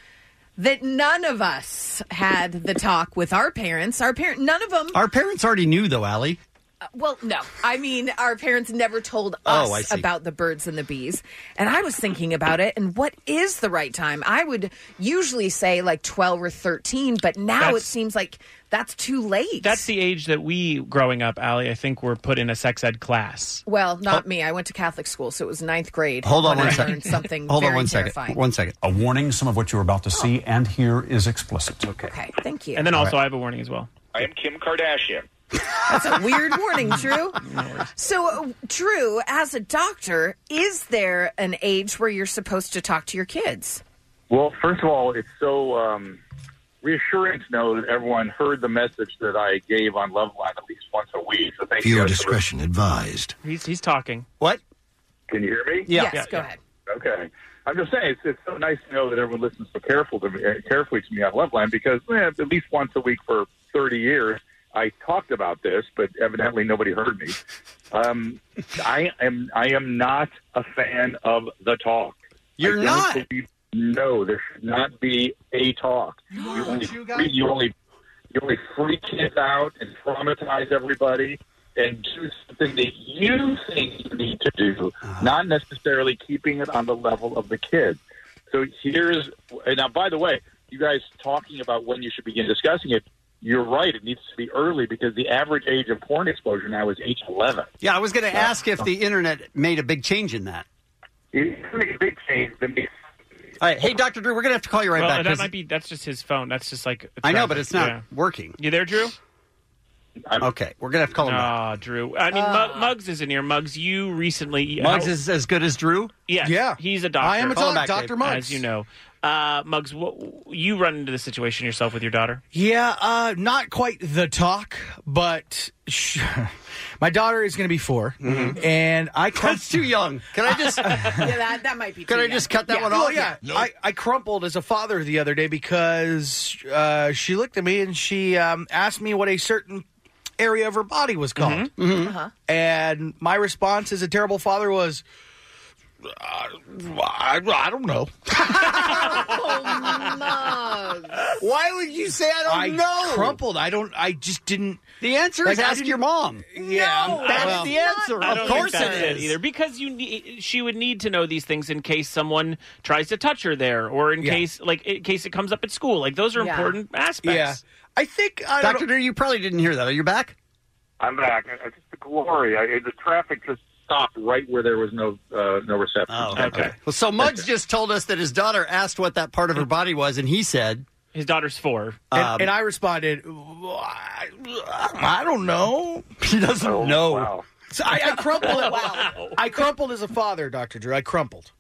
Speaker 13: that none of us had the talk with our parents. Our parent, none of them.
Speaker 12: Our parents already knew, though, Allie.
Speaker 13: Uh, well, no. I mean, our parents never told us
Speaker 12: Oh, I see.
Speaker 13: about the birds and the bees. And I was thinking about it and what is the right time? I would usually say like 12 or 13, but now it
Speaker 14: That's-
Speaker 13: seems like that's too late.
Speaker 14: That's the age that we, growing up, Allie, I think were put in a sex ed class.
Speaker 13: well, not me. I went to Catholic school, so it was ninth grade.
Speaker 14: Hold
Speaker 25: Oh. on
Speaker 13: when
Speaker 25: one
Speaker 13: I
Speaker 25: second.
Speaker 13: learned Something
Speaker 25: Hold
Speaker 13: very
Speaker 25: on one second.
Speaker 13: terrifying.
Speaker 25: One second. A warning some of what you're about to see and hear is explicit. Okay.
Speaker 13: Okay, thank you.
Speaker 14: And then also, I have a warning as well.
Speaker 25: I am Kim Kardashian.
Speaker 13: That's a
Speaker 25: [LAUGHS]
Speaker 13: weird warning, Drew. So, uh, Drew, as a doctor, is there an age where you're supposed to talk to your kids?
Speaker 19: Well, first of all, it's so um, reassuring to know that everyone heard the message that I gave on Love Line at least once a week. So thank you.
Speaker 24: Viewer
Speaker 19: guys for-
Speaker 24: discretion advised.
Speaker 14: He's, he's talking.
Speaker 12: What?
Speaker 19: Can you hear me?
Speaker 24: Yeah. Yes, Yeah, go yeah.
Speaker 13: ahead.
Speaker 19: Okay. I'm just saying, it's, it's so nice to know that everyone listens so careful to me, uh, carefully to me on Loveline because eh, at least once a week for 30 years, I talked about this, but evidently nobody heard me. Um, I am I am not a fan of the talk.
Speaker 12: You're
Speaker 19: I don't
Speaker 12: not?
Speaker 19: believe- no, there should not be a talk. you, only free, you only you only freak kids out and traumatize everybody and do something that you think you need to do, not necessarily keeping it on the level of the kid. So here's and now. By the way, you guys talking about when you should begin discussing it. You're right. It needs to be early because the average age of porn exposure now is age 11.
Speaker 12: Yeah, I was going to ask if the internet made a big change in that.
Speaker 19: It made a big change.
Speaker 12: All right. Hey, Dr. Drew, we're going to have to call you right
Speaker 14: well,
Speaker 12: back.
Speaker 14: that
Speaker 12: 'cause-
Speaker 14: might be. That's just his phone. That's just like.
Speaker 12: I know, but it's not
Speaker 14: Yeah.
Speaker 12: working.
Speaker 14: You there, Drew?
Speaker 12: okay, we're going to have to call him back. Uh,
Speaker 14: Ah, Drew. I mean, Mu- Muggs is in here. Muggs, you recently.
Speaker 12: Muggs
Speaker 14: how-
Speaker 12: is as good as Drew?
Speaker 14: Yes.
Speaker 12: Yeah.
Speaker 14: He's a doctor.
Speaker 12: I am a Call him doc- back, Dr. Dave. Muggs.
Speaker 14: As you know. Uh, Muggs, what, you run into this situation yourself with your daughter.
Speaker 16: Yeah, uh, not quite the talk, but sh- [LAUGHS] my daughter is going to be 4 and I come-
Speaker 12: Mm-hmm. that's too young. Can I
Speaker 16: [LAUGHS]
Speaker 12: just?
Speaker 13: [LAUGHS] yeah, that, that might be.
Speaker 12: Can
Speaker 13: too
Speaker 12: I just
Speaker 13: young.
Speaker 12: cut that
Speaker 13: Yeah.
Speaker 12: one
Speaker 16: Well,
Speaker 12: off?
Speaker 16: yeah, I, I crumpled as a father the other day because uh, she looked at me and she um, asked me what a certain area of her body was called,
Speaker 12: Mm-hmm.
Speaker 16: Mm-hmm.
Speaker 13: Uh-huh.
Speaker 16: and my response as a terrible father was. "Uh, I, I don't [LAUGHS] know.
Speaker 12: Oh, Why would you say I don't
Speaker 16: I
Speaker 12: know?
Speaker 16: crumpled. I don't. I just didn't.
Speaker 12: The answer
Speaker 16: Like,
Speaker 12: is
Speaker 16: I
Speaker 12: ask
Speaker 16: didn't-
Speaker 12: your mom.
Speaker 16: Yeah,
Speaker 14: No,
Speaker 12: Oh, that's
Speaker 14: well,
Speaker 12: the answer.
Speaker 14: I
Speaker 12: Of
Speaker 14: don't
Speaker 12: course
Speaker 14: think that's
Speaker 12: it is.
Speaker 14: either because you need, she would need to know these things in case someone tries to touch her there, or in
Speaker 16: Yeah.
Speaker 14: case like in case it comes up at school. Like those are
Speaker 16: Yeah.
Speaker 14: important aspects.
Speaker 16: Yeah. I think I
Speaker 12: Doctor Drew, you probably didn't hear that. Are you back?
Speaker 19: I'm back. I- I- It's the glory. I, the traffic just stopped right where there was no uh, no reception.
Speaker 12: Oh, Well, so Muggs just told us that his daughter asked what that part of her body was, and he said um,
Speaker 14: his daughter's four.
Speaker 16: And, and I responded, "Well, I, I don't know.
Speaker 12: He doesn't know.
Speaker 16: So I, I crumpled. I crumpled as a father, Doctor Drew. I crumpled.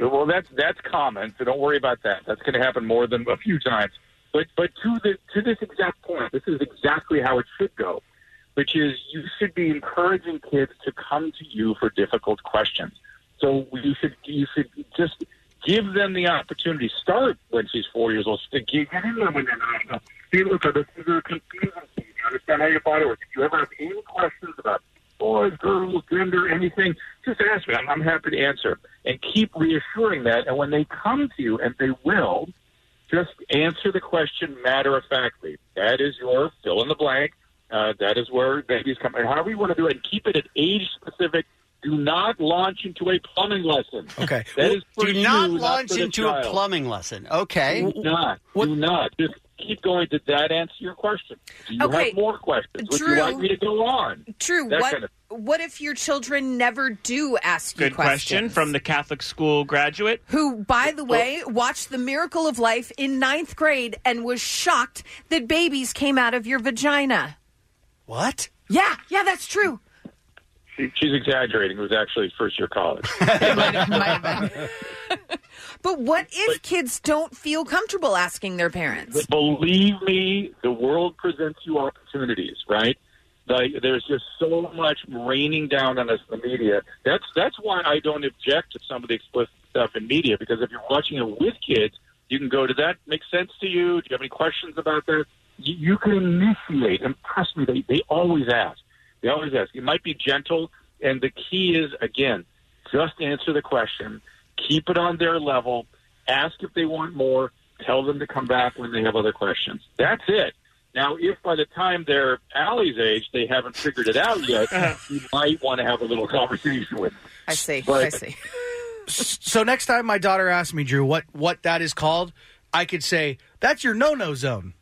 Speaker 19: well, that's that's common, so don't worry about that. That's going to happen more than a few times. But but to the to this exact point, this is exactly how it should go, which is you should be encouraging kids to come to you for difficult questions. So you should you should just give them the opportunity. Start when she's four years old. To get get in there when they're nine. Go, See, look, this is a confusing thing. You understand how your body works. If you ever have any questions about boys, girls, gender, anything, just ask me. I'm, I'm happy to answer. And keep reassuring that. And when they come to you, and they will, just answer the question matter of factly. That is your fill in the blank. Uh, that is where babies come. And however you want to do it, and keep it at age specific. Do not launch into a plumbing lesson.
Speaker 12: Okay.
Speaker 19: That
Speaker 12: Well,
Speaker 19: is for
Speaker 12: do
Speaker 19: you,
Speaker 12: not
Speaker 19: for
Speaker 12: launch
Speaker 19: the
Speaker 12: into a
Speaker 19: child.
Speaker 12: plumbing lesson. Okay.
Speaker 19: Do not. Do not. Just keep going. Did that answer your question? Do you
Speaker 13: Okay.
Speaker 19: have more questions? Would
Speaker 13: Drew.
Speaker 19: you like me to go on?
Speaker 13: True.
Speaker 19: That
Speaker 13: what
Speaker 19: kind of-
Speaker 13: what if your children never do ask you
Speaker 14: Good question
Speaker 13: questions?
Speaker 14: from the Catholic school graduate.
Speaker 13: Who, by the way, watched The Miracle of Life in ninth grade and was shocked that babies came out of your vagina.
Speaker 12: What?
Speaker 13: Yeah, yeah, that's true.
Speaker 19: She, she's exaggerating. It was actually first year college.
Speaker 13: But what if kids don't feel comfortable asking their parents?
Speaker 19: [LAUGHS] Believe me, the world presents you opportunities, right? Like there's just so much raining down on us in the media. That's that's why I don't object to some of the explicit stuff in media because if you're watching it with kids, you can go, "Did that make sense to you? Do you have any questions about that?" You, you can initiate, and trust me, they, they always ask. They always ask. It might be gentle, and the key is again, just answer the question, keep it on their level, ask if they want more, tell them to come back when they have other questions. That's it. Now, if by the time they're Allie's age, they haven't figured it out
Speaker 13: [LAUGHS]
Speaker 19: yet, you might want to have a little conversation with. Them.
Speaker 13: I see.
Speaker 19: But-
Speaker 13: I see.
Speaker 16: So next time my daughter asks me, Drew, what what that is called, I could say that's your no no zone.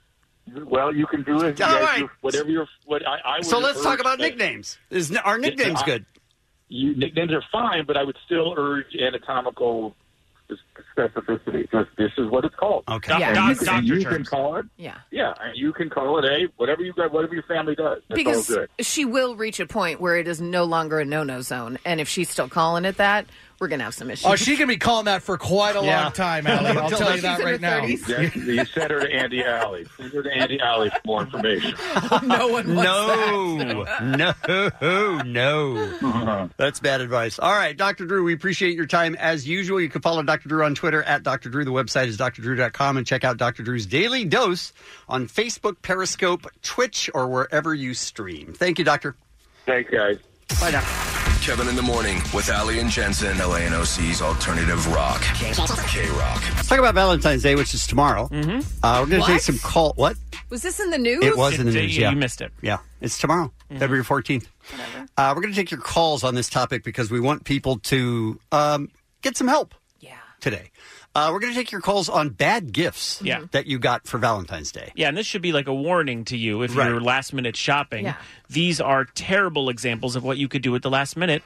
Speaker 19: Well, you can do it.
Speaker 16: All
Speaker 19: Yeah,
Speaker 16: right.
Speaker 19: you- whatever your what I, I would
Speaker 16: So let's talk
Speaker 19: urge
Speaker 16: about
Speaker 19: that-
Speaker 16: nicknames.
Speaker 12: Is our nicknames
Speaker 19: I-
Speaker 12: good?
Speaker 19: You, nicknames are fine, but I would still urge anatomical specificity. Just, this is what it's called.
Speaker 12: Okay.
Speaker 19: And
Speaker 12: Yeah.
Speaker 19: you
Speaker 12: Doc-
Speaker 19: can,
Speaker 12: doctor
Speaker 19: you can
Speaker 12: terms.
Speaker 19: call it.
Speaker 13: Yeah.
Speaker 19: Yeah, and you can call it a whatever you got, whatever your family does. That's
Speaker 13: Because
Speaker 19: all good.
Speaker 13: she will reach a point where it is no longer a no no zone. And if she's still calling it that, we're going to have some issues.
Speaker 16: Oh, she can be calling that for quite a
Speaker 19: Yeah.
Speaker 16: long time, Allie.
Speaker 19: [LAUGHS]
Speaker 16: I'll tell you that right now.
Speaker 19: Yes, you sent her to Andy Alley. Send her to Andy Alley for more
Speaker 16: [LAUGHS]
Speaker 19: information.
Speaker 13: [LAUGHS] no one
Speaker 12: No, [LAUGHS] no, no. That's bad advice. All right, Dr. Drew, we appreciate your time as usual. You can follow Dr. Drew on Twitter at Dr. Drew. The website is drdrew.com and check out Dr. Drew's Daily Dose on Facebook, Periscope, Twitch, or wherever you stream. Thank you, Doctor.
Speaker 19: Thanks, guys.
Speaker 12: Bye now.
Speaker 11: Kevin in the Morning with Ali and Jensen, LANOC's alternative rock. K Rock.
Speaker 12: Let's talk about Valentine's Day, which is tomorrow. Uh, we're going to take
Speaker 13: Mm-hmm. What?
Speaker 12: some call. What?
Speaker 13: Was this in the news?
Speaker 12: It was in the news. Yeah.
Speaker 14: it. Mm-hmm.
Speaker 12: Yeah, it's tomorrow, February 14th. Uh, we're going to take your calls on this topic because we want people to um, get some help yeah. today. Uh, we're going to take your calls on bad gifts
Speaker 14: Yeah.
Speaker 12: that you got for Valentine's Day.
Speaker 14: Yeah, and this should be like a warning to you if
Speaker 12: Right.
Speaker 14: you're last minute shopping.
Speaker 12: Yeah.
Speaker 14: These are terrible examples of what you could do at the last minute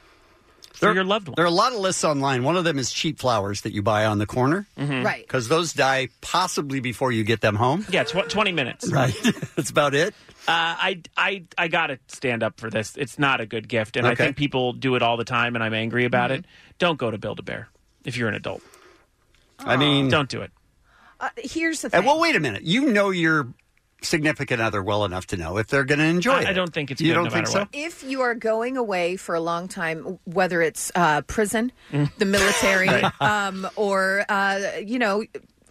Speaker 14: for your loved one.
Speaker 12: There are a lot of lists online. One of them is cheap flowers that you buy on the corner.
Speaker 14: Mhm. Right.
Speaker 12: Because those die possibly before you get them home.
Speaker 14: Yeah, tw- 20 minutes.
Speaker 12: Right. [LAUGHS] That's about it.
Speaker 14: Uh, I I I gotta stand up for this. It's not a good gift, and I
Speaker 12: Okay. Mm-hmm.
Speaker 14: think people do it all the time, and I'm angry about it. Don't go to Build a Bear if you're an adult.
Speaker 12: I mean,
Speaker 14: Oh. don't do it.
Speaker 13: Uh, here's the thing.
Speaker 12: And well, wait a minute. You know your significant other well enough to know if they're going to enjoy
Speaker 14: I-
Speaker 12: it.
Speaker 14: I don't think it's
Speaker 12: you
Speaker 14: good
Speaker 12: don't
Speaker 14: no
Speaker 12: think
Speaker 14: matter
Speaker 12: so.
Speaker 14: what.
Speaker 13: If you are going away for a long time, whether it's uh, prison,
Speaker 14: Mm.
Speaker 13: the
Speaker 14: [LAUGHS]
Speaker 13: military,
Speaker 12: Right.
Speaker 13: um, or uh, you know,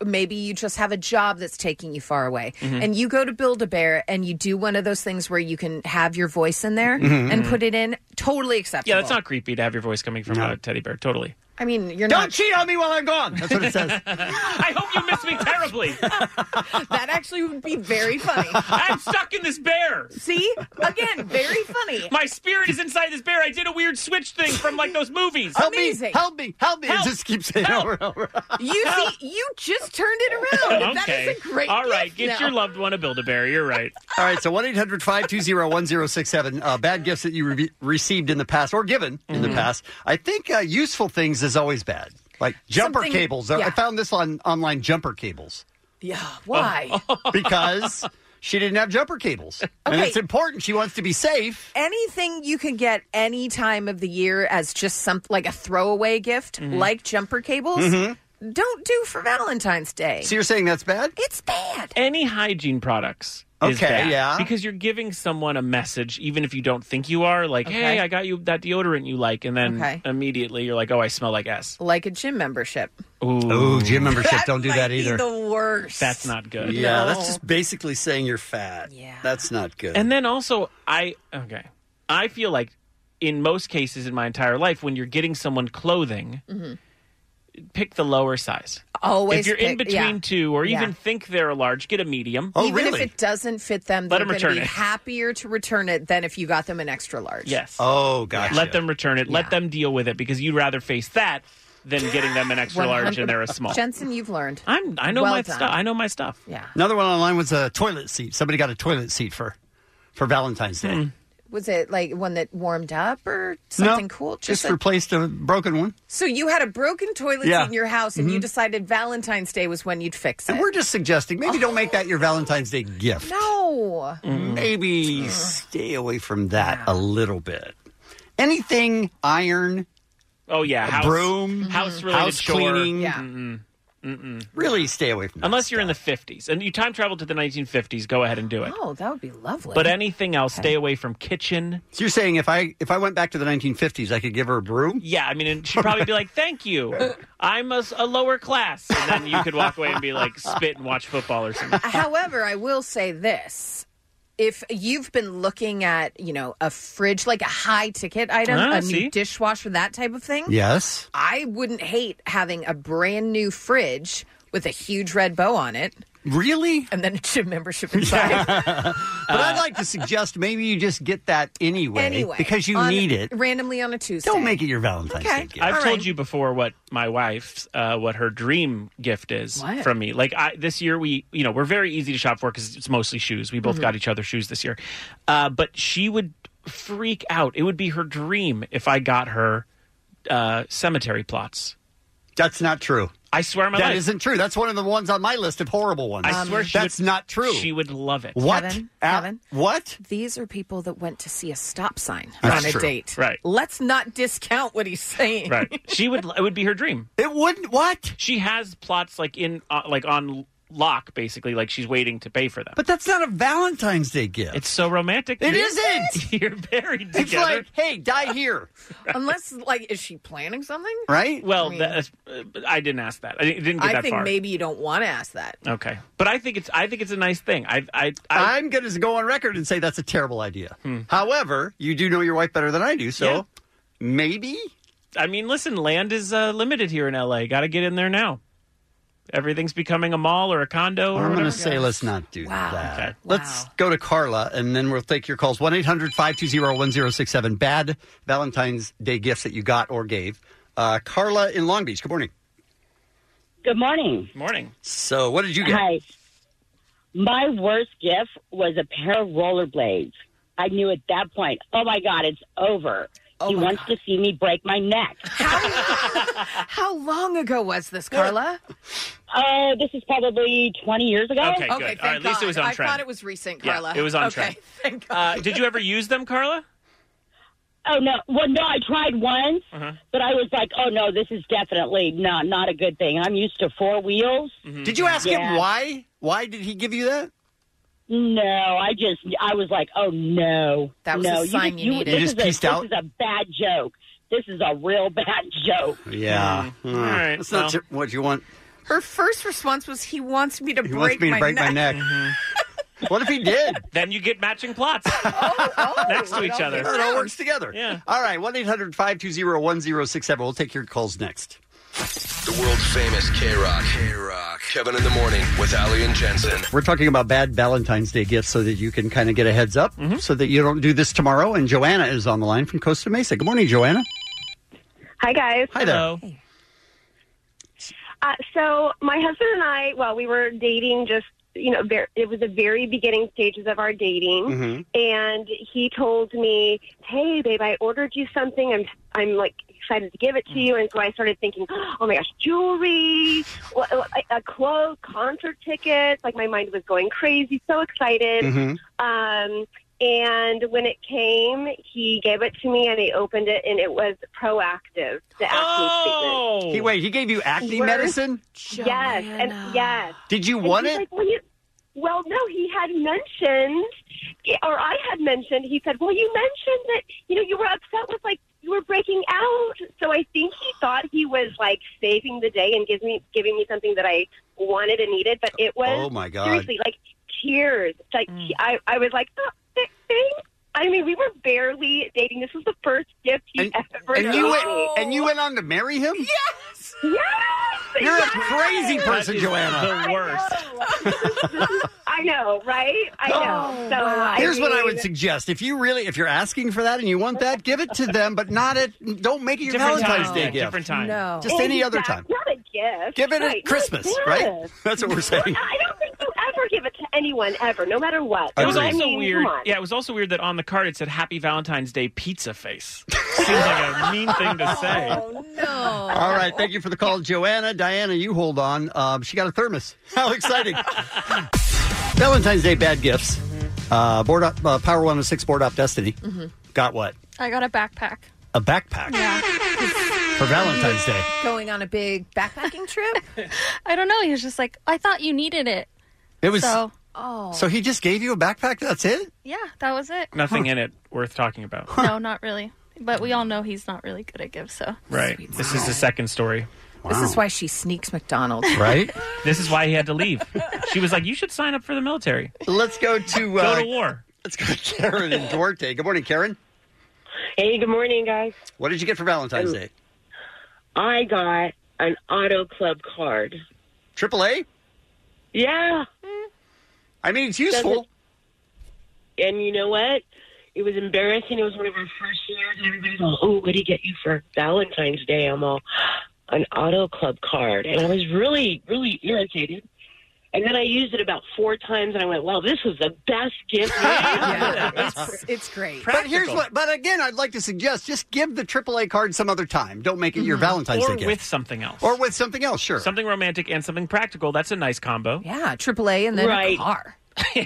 Speaker 13: maybe you just have a job that's taking you far away,
Speaker 14: Mm-hmm.
Speaker 2: Mhm.
Speaker 13: and you go to Build a Bear and you do one of those things where you can have your voice in there
Speaker 12: Mm-hmm.
Speaker 14: Mhm.
Speaker 13: and put it in, totally acceptable.
Speaker 14: Yeah, that's not creepy to have your voice coming from a teddy
Speaker 13: [LAUGHS]
Speaker 14: bear. Totally.
Speaker 13: I mean, you're
Speaker 12: Don't
Speaker 13: not.
Speaker 12: cheat on me while
Speaker 13: [LAUGHS]
Speaker 12: I'm gone. That's what it says.
Speaker 14: I hope you miss me terribly.
Speaker 13: that actually would be very funny.
Speaker 14: I'm stuck in this bear.
Speaker 13: See? Again, very funny.
Speaker 14: My spirit is inside this bear. I did a weird switch thing from like those
Speaker 12: [LAUGHS]
Speaker 14: movies.
Speaker 12: Help me! Help me! Help me!
Speaker 14: Help.
Speaker 12: It just keeps saying over and over.
Speaker 13: You
Speaker 14: Help.
Speaker 13: see, you just turned it around.
Speaker 14: okay.
Speaker 13: That is a great.
Speaker 14: All right,
Speaker 13: gift
Speaker 14: get
Speaker 13: now.
Speaker 14: your loved one a Build a Bear. You're right.
Speaker 12: All right, so 1 800 520 1067. uh, Bad gifts that you re- received in the past or given in
Speaker 13: Mm-hmm.
Speaker 12: the past. I think uh, useful things is always bad, like jumper
Speaker 13: Something-
Speaker 12: cables. I-
Speaker 13: yeah.
Speaker 14: Oh.
Speaker 12: I found this on online jumper cables
Speaker 13: Yeah. Why?
Speaker 12: [LAUGHS] because She didn't have jumper cables. And
Speaker 13: Okay.
Speaker 12: it's important. She wants to be safe.
Speaker 13: Anything you can get any time of the year as just some like a throwaway gift,
Speaker 14: Mm-hmm.
Speaker 12: Mhm.
Speaker 13: like jumper cables,
Speaker 12: Mhm.
Speaker 13: don't do for Valentine's Day.
Speaker 12: So you're saying that's bad?
Speaker 13: It's bad.
Speaker 14: Any hygiene products. is
Speaker 12: Okay,
Speaker 14: bad.
Speaker 12: yeah.
Speaker 14: Because you're giving someone a message, even if you don't think you are, like,
Speaker 13: Okay.
Speaker 14: hey, I got you that deodorant you like. And then
Speaker 13: Okay.
Speaker 14: immediately you're like, oh, I smell like S.
Speaker 13: like a gym membership.
Speaker 14: Ooh.
Speaker 12: Ooh, gym membership. Don't do that
Speaker 13: Be
Speaker 12: either.
Speaker 13: the worst.
Speaker 14: That's not good.
Speaker 12: Yeah, that's just basically saying you're fat. Yeah. That's not good.
Speaker 14: And then also, I okay, I feel like in most cases in my entire life, when you're getting someone clothing,
Speaker 13: Mhm.
Speaker 14: pick the lower size.
Speaker 13: Always
Speaker 14: if you're in
Speaker 13: pick-
Speaker 14: between
Speaker 13: yeah.
Speaker 14: two, or even
Speaker 13: Yeah.
Speaker 14: think they're a large, get a medium.
Speaker 12: Oh,
Speaker 13: Even if it doesn't fit them,
Speaker 14: Let
Speaker 13: they're
Speaker 14: them
Speaker 13: going to
Speaker 14: return
Speaker 13: be
Speaker 14: it.
Speaker 13: happier to return it than if you got them an extra large.
Speaker 14: yes.
Speaker 12: Oh, gotcha.
Speaker 14: Let them return it. Let them deal with it because you'd rather face that than getting them an extra large
Speaker 13: 100
Speaker 14: and they're a small.
Speaker 13: Jensen, you've learned.
Speaker 14: I'm, I know
Speaker 13: well
Speaker 14: my
Speaker 13: done.
Speaker 14: stuff. I know my stuff.
Speaker 13: Yeah.
Speaker 12: Another one online was a toilet seat. Somebody got a toilet seat for for Valentine's Day.
Speaker 14: Hmm.
Speaker 13: Was it like one that warmed up or something
Speaker 12: no,
Speaker 13: cool?
Speaker 12: Just,
Speaker 13: a-
Speaker 12: replaced a broken one.
Speaker 13: so you had a broken toilet
Speaker 12: Yeah.
Speaker 13: seat in your house, and you
Speaker 12: Mhm.
Speaker 13: decided Valentine's Day was when you'd fix it.
Speaker 12: And we're just suggesting maybe don't make
Speaker 13: Oh.
Speaker 12: that your Valentine's Day gift.
Speaker 13: no.
Speaker 14: Mm.
Speaker 12: Maybe stay away from that a little bit. Anything iron,
Speaker 14: Oh yeah,
Speaker 12: A
Speaker 14: house,
Speaker 13: Mm-hmm.
Speaker 12: broom,
Speaker 14: house
Speaker 12: Mhm.
Speaker 14: related
Speaker 12: house cleaning. Yeah.
Speaker 14: Mm-mm. Mm-mm.
Speaker 12: really stay away from.
Speaker 14: Unless you're in the 50s and you time travel to the 1950s, go ahead and do it.
Speaker 13: Oh, that would be lovely.
Speaker 14: But anything else, stay away from kitchen.
Speaker 12: So you're saying if I if I went back to the 1950s, I could give her a broom?
Speaker 14: Yeah, I mean, and she'd probably be like, "Thank you,
Speaker 13: [LAUGHS]
Speaker 14: I'm a, s- a lower class," and then you could walk away and be like, "Spit and watch football or something."
Speaker 13: [LAUGHS] However, I will say this. If you've been looking at, you know, a fridge, like a high ticket item,
Speaker 12: Ah,
Speaker 13: a
Speaker 12: see?
Speaker 13: new dishwasher, that type of thing.
Speaker 12: Yes.
Speaker 13: I wouldn't hate having a brand new fridge with a huge red bow on it.
Speaker 12: Really?
Speaker 13: And then a gym
Speaker 12: [LAUGHS]
Speaker 13: membership inside.
Speaker 12: [LAUGHS] But
Speaker 14: uh,
Speaker 12: I'd like to suggest maybe you just get that anyway,
Speaker 13: Anyway.
Speaker 12: because you
Speaker 13: on-
Speaker 12: need it.
Speaker 13: Randomly on a Tuesday.
Speaker 12: Don't make it your Valentine's
Speaker 13: Okay.
Speaker 12: Day gift.
Speaker 14: I've told you before what my wife's uh, what her dream gift is
Speaker 13: What?
Speaker 14: from me. Like I, this year, we you know we're very easy to shop for because it's mostly shoes. We both
Speaker 13: Mhm.
Speaker 14: got each other shoes this year, uh, but she would freak out. It would be her dream if I got her uh, cemetery plots.
Speaker 12: That's not true.
Speaker 14: I swear, on my
Speaker 12: That
Speaker 14: life.
Speaker 12: not true. That's one of the ones on my list of horrible ones.
Speaker 14: I swear, she
Speaker 12: that's
Speaker 14: would- [LAUGHS]
Speaker 12: not true.
Speaker 14: She would love it.
Speaker 12: What?
Speaker 13: Kevin,
Speaker 12: Ah,
Speaker 13: Kevin,
Speaker 12: what?
Speaker 13: These are people that went to see a stop sign
Speaker 14: That's
Speaker 13: on a
Speaker 14: true.
Speaker 13: date.
Speaker 14: Right.
Speaker 13: Let's not discount what he's saying. [LAUGHS]
Speaker 12: [LAUGHS]
Speaker 14: Right. She would. It would be her dream.
Speaker 12: It wouldn't. What?
Speaker 14: She has plots like in uh, like on lock, basically. Like she's waiting to pay for them.
Speaker 12: But that's not a Valentine's Day gift.
Speaker 14: It's so romantic.
Speaker 12: It
Speaker 14: You're-
Speaker 12: isn't.
Speaker 14: [LAUGHS] You're buried together.
Speaker 12: It's like, hey,
Speaker 14: [LAUGHS]
Speaker 12: die here.
Speaker 13: Unless, like, is she planning something?
Speaker 12: right?
Speaker 14: Well,
Speaker 13: I mean-
Speaker 14: that's, uh, I didn't ask that. I didn't didn't get
Speaker 13: I
Speaker 14: that
Speaker 13: think
Speaker 14: far.
Speaker 13: maybe you don't want to ask that.
Speaker 14: Okay, but I think it's I think it's a nice thing. I I, I Hmm.
Speaker 12: I'm going to go on record and say that's a terrible idea. However, you do know your wife better than I do, so
Speaker 14: Yeah.
Speaker 12: maybe.
Speaker 14: I mean, listen, land is uh, limited here in L.A. Got to get in there now. Everything's becoming a mall or a condo. Or
Speaker 12: I'm going to
Speaker 14: whatever.
Speaker 12: say let's not do that.
Speaker 14: Okay.
Speaker 12: Let's go to Carla and then we'll take your calls. 1 800 520 1067. Bad Valentine's Day gifts that you got or gave. Uh, Carla in Long Beach. Good morning.
Speaker 2: Good morning.
Speaker 14: Morning.
Speaker 12: So, what did you get?
Speaker 2: Hi. My worst gift was a pair of rollerblades. I knew at that point, oh my God, it's over.
Speaker 13: Oh
Speaker 2: he wants to see me break my neck.
Speaker 13: How long [LAUGHS] ago was this, Carla?
Speaker 2: Uh, this is probably 20 years ago.
Speaker 14: Okay, good. All right, at least it was on
Speaker 13: I
Speaker 14: trend.
Speaker 13: thought it was recent,
Speaker 14: Yeah,
Speaker 13: Carla.
Speaker 14: it was on
Speaker 13: okay.
Speaker 14: trend. Uh, did you ever use them, Carla?
Speaker 2: Oh, no. Well, no, I tried once,
Speaker 14: Uh-huh.
Speaker 2: but I was like, oh no, this is definitely not, not a good thing. I'm used to four wheels.
Speaker 12: Did you ask
Speaker 2: Yeah.
Speaker 12: him why? Why did he give you that?
Speaker 2: No, I just I was like, oh no,
Speaker 12: That was
Speaker 2: no,
Speaker 12: a sign you needed. You
Speaker 2: this
Speaker 12: just
Speaker 2: is a-
Speaker 12: pieced out?
Speaker 2: This is a bad joke. This is a real bad joke.
Speaker 12: Yeah.
Speaker 14: Hmm.
Speaker 12: Hmm.
Speaker 2: Mm. All right,
Speaker 12: That's not
Speaker 2: well.
Speaker 12: what you want.
Speaker 13: Her first response was, "He wants me to
Speaker 12: He
Speaker 13: break
Speaker 12: wants me to
Speaker 13: my
Speaker 12: break
Speaker 13: neck."
Speaker 12: my neck.
Speaker 13: [LAUGHS]
Speaker 12: what if he did?
Speaker 14: Mm-hmm. [LAUGHS] Then you get matching plots [LAUGHS] next to
Speaker 13: Oh,
Speaker 14: each other.
Speaker 12: It all works together. Yeah. All right. 1 800 520 1067. We'll take your calls next.
Speaker 11: The world famous K Rock. K Rock. Kevin in the morning with Ali and Jensen.
Speaker 12: We're talking about bad Valentine's Day gifts so that you can kind of get a heads up
Speaker 14: Mm-hmm.
Speaker 12: so that you don't do this tomorrow. And Joanna is on the line from Costa Mesa. Good morning, Joanna.
Speaker 3: Hi, guys.
Speaker 12: Hi there. Hello.
Speaker 3: Uh, so, my husband and I, well, we were dating just, you know, ver it was the very beginning stages of our dating.
Speaker 5: Mhm.
Speaker 3: And he told me, hey, babe, I ordered you something. I'm, I'm like excited to give it to you. And so I started thinking, oh my gosh, jewelry, wh- a- a cloak, concert tickets. Like my mind was going crazy, so excited.
Speaker 4: Mhm.
Speaker 3: Um, and when it came, he gave it to me and he opened it, and it was proactive, the acne treatment.
Speaker 14: Oh.
Speaker 12: He, wait, he gave you acne
Speaker 3: Worse.
Speaker 12: medicine?
Speaker 3: Yes, and yes.
Speaker 12: Did you
Speaker 3: And
Speaker 12: want
Speaker 3: he's
Speaker 12: it?
Speaker 3: like, well, you- well, no, he had mentioned, or I had mentioned, he said, well, you mentioned that, you know, you were upset with, like, you were breaking out. So I think he thought he was, like, saving the day and giving me, giving me something that I wanted and needed. But it was,
Speaker 12: Oh, my God.
Speaker 3: seriously, like, tears. It's Like, te- I, I was like, oh, th- thanks. I mean, we were barely dating. This was the first gift he ever
Speaker 12: and you
Speaker 3: gave
Speaker 12: went-
Speaker 3: me.
Speaker 12: and you went on to marry him?
Speaker 3: Yes. Yes.
Speaker 12: You're
Speaker 3: yes!
Speaker 12: a crazy person, Joanna.
Speaker 14: The worst.
Speaker 3: [LAUGHS] I know, right? I
Speaker 12: Oh.
Speaker 3: know. So I
Speaker 12: Here's what I
Speaker 3: mean,
Speaker 12: would suggest: if you really, if you're asking for that and you want that, give it to them, but not at. Don't make it your
Speaker 14: Different
Speaker 12: Valentine's
Speaker 14: time.
Speaker 12: Day gift.
Speaker 14: Different time. No.
Speaker 12: Just [LAUGHS] any other time.
Speaker 3: Exact- Not a gift.
Speaker 12: Give it
Speaker 3: Right,
Speaker 12: at Christmas,
Speaker 3: not a
Speaker 12: right? [LAUGHS]
Speaker 3: gift.
Speaker 12: That's what we're saying.
Speaker 3: I don't think you ever give it to anyone ever, no matter what.
Speaker 14: It was
Speaker 3: I
Speaker 14: also
Speaker 3: mean,
Speaker 14: weird.
Speaker 3: Come on.
Speaker 14: Yeah, it was also weird that on the card it said "Happy Valentine's Day, Pizza Face." Seems like a [LAUGHS] mean thing to say.
Speaker 12: Oh. All right, thank you for the call, Joanna. Diana, you hold on. Um, she got a thermos. How exciting! Valentine's Day bad gifts. Uh, board up, uh, Power 106 Board Op Destiny.
Speaker 5: Mhm.
Speaker 12: Got what?
Speaker 5: I got a backpack.
Speaker 12: A backpack for Valentine's Day.
Speaker 5: Going on a big backpacking trip? [LAUGHS] I don't know. He was just like, I thought you needed it.
Speaker 12: It was.
Speaker 5: So, oh.
Speaker 12: So he just gave you a backpack. That's it.
Speaker 5: yeah, that was it.
Speaker 14: Nothing in it worth talking about.
Speaker 5: No, not really. But we all know he's not really good at gifts, so.
Speaker 14: Right. This is the second story.
Speaker 13: This is why she sneaks McDonald's.
Speaker 14: [LAUGHS]
Speaker 12: Right?
Speaker 14: this is why he had to leave. She was like, "You should sign up for the military."
Speaker 12: Let's go to
Speaker 14: go to war.
Speaker 12: Let's go to Karen in Duarte. Good morning, Karen.
Speaker 6: Hey, good morning, guys.
Speaker 12: What did you get for Valentine's
Speaker 6: Oh.
Speaker 12: Day?
Speaker 6: I got an auto club card.
Speaker 12: Triple A?
Speaker 6: Yeah.
Speaker 12: I mean, it's useful.
Speaker 6: and you know what? It was embarrassing. It was one of our first years. and Everybody's all, oh, what did he get you for Valentine's Day? I'm all, [GASPS] an auto club card. And I was really, really irritated. And then I used it about four times, and I went, wow, this was the best
Speaker 12: [LAUGHS]
Speaker 6: gift.
Speaker 13: it's, it's great.
Speaker 12: But here's what. But again, I'd like to suggest just give the AAA card some other time. Don't make it your Valentine's
Speaker 14: Mm-hmm. or
Speaker 12: Day gift.
Speaker 14: with something else,
Speaker 12: or with something else. Sure,
Speaker 14: something romantic and something practical. That's a nice combo.
Speaker 13: Yeah, AAA and then
Speaker 14: Right.
Speaker 13: a
Speaker 14: [LAUGHS]
Speaker 13: car.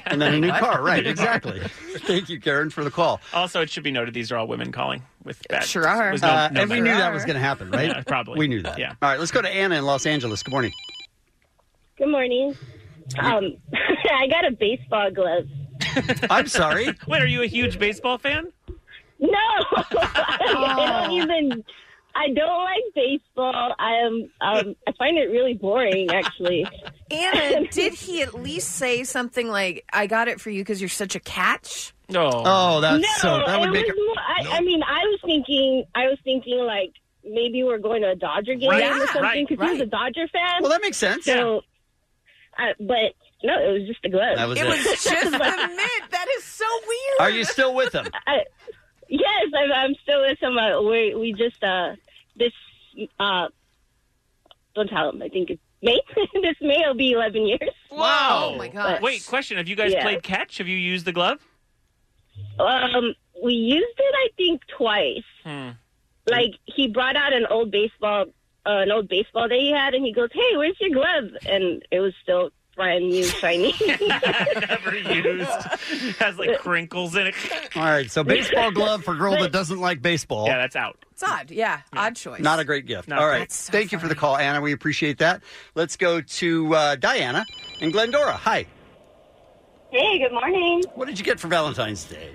Speaker 12: and then
Speaker 13: [LAUGHS]
Speaker 12: a new
Speaker 14: What?
Speaker 12: car. Right,
Speaker 14: New car.
Speaker 12: exactly. Thank you, Karen, for the call.
Speaker 14: Also, it should be noted these are all women calling with bad.
Speaker 12: Sure are.
Speaker 14: was no-
Speaker 12: Uh,
Speaker 14: no
Speaker 12: and we
Speaker 14: merit.
Speaker 12: knew that was going to happen, right?
Speaker 14: [LAUGHS] Yeah, probably.
Speaker 12: We knew that.
Speaker 14: Yeah.
Speaker 12: All right, let's go to Anna in Los Angeles. Good morning.
Speaker 8: Good morning. Um, [LAUGHS] I got a baseball glove.
Speaker 12: I'm sorry.
Speaker 14: [LAUGHS] Wait, are you a huge baseball fan?
Speaker 8: No, [LAUGHS] I
Speaker 12: Oh.
Speaker 8: don't even. I don't like baseball. I am. Um, I find it really boring, actually.
Speaker 13: Anna, did he at least say something like, I got it for you because you're such a catch?
Speaker 14: No.
Speaker 12: Oh, that's so. That would
Speaker 8: it
Speaker 12: make
Speaker 8: was more- I, I mean, I was thinking. I was thinking like maybe we're going to a Dodger game
Speaker 12: Right,
Speaker 8: or something
Speaker 12: right,
Speaker 8: because he was a Dodger fan.
Speaker 12: Well, that makes sense.
Speaker 8: So, uh, but no, it was just a glove.
Speaker 12: That was It it. was
Speaker 7: [LAUGHS]
Speaker 8: just a mitt.
Speaker 13: That is so weird.
Speaker 12: Are you still with him?
Speaker 8: I, yes, I'm, I'm still with him. Uh, we we just uh, this uh, don't tell him. I think it's May. [LAUGHS] this May will be 11 years.
Speaker 14: Wow. Oh
Speaker 8: But,
Speaker 14: Wait, question. Have you guys
Speaker 8: Yeah.
Speaker 14: played catch? Have you used the glove? [LAUGHS]
Speaker 8: Um, we used it I think twice.
Speaker 14: Hmm.
Speaker 8: Like he brought out an old baseball, uh, an old baseball that he had, and he goes, "Hey, where's your glove?" And it was still brand
Speaker 14: [LAUGHS]
Speaker 8: new, shiny. [LAUGHS]
Speaker 14: Never used. Has like crinkles in it. [LAUGHS]
Speaker 12: All right, so baseball glove for a girl that doesn't like baseball.
Speaker 14: Yeah, that's out.
Speaker 13: It's odd. Yeah, odd choice.
Speaker 12: Not a great gift.
Speaker 14: No.
Speaker 12: All right.
Speaker 13: That's
Speaker 12: Thank you for the call, Anna. We appreciate that. Let's go to uh, Diana and Glendora. Hi.
Speaker 8: Hey, good morning.
Speaker 12: What did you get for Valentine's Day?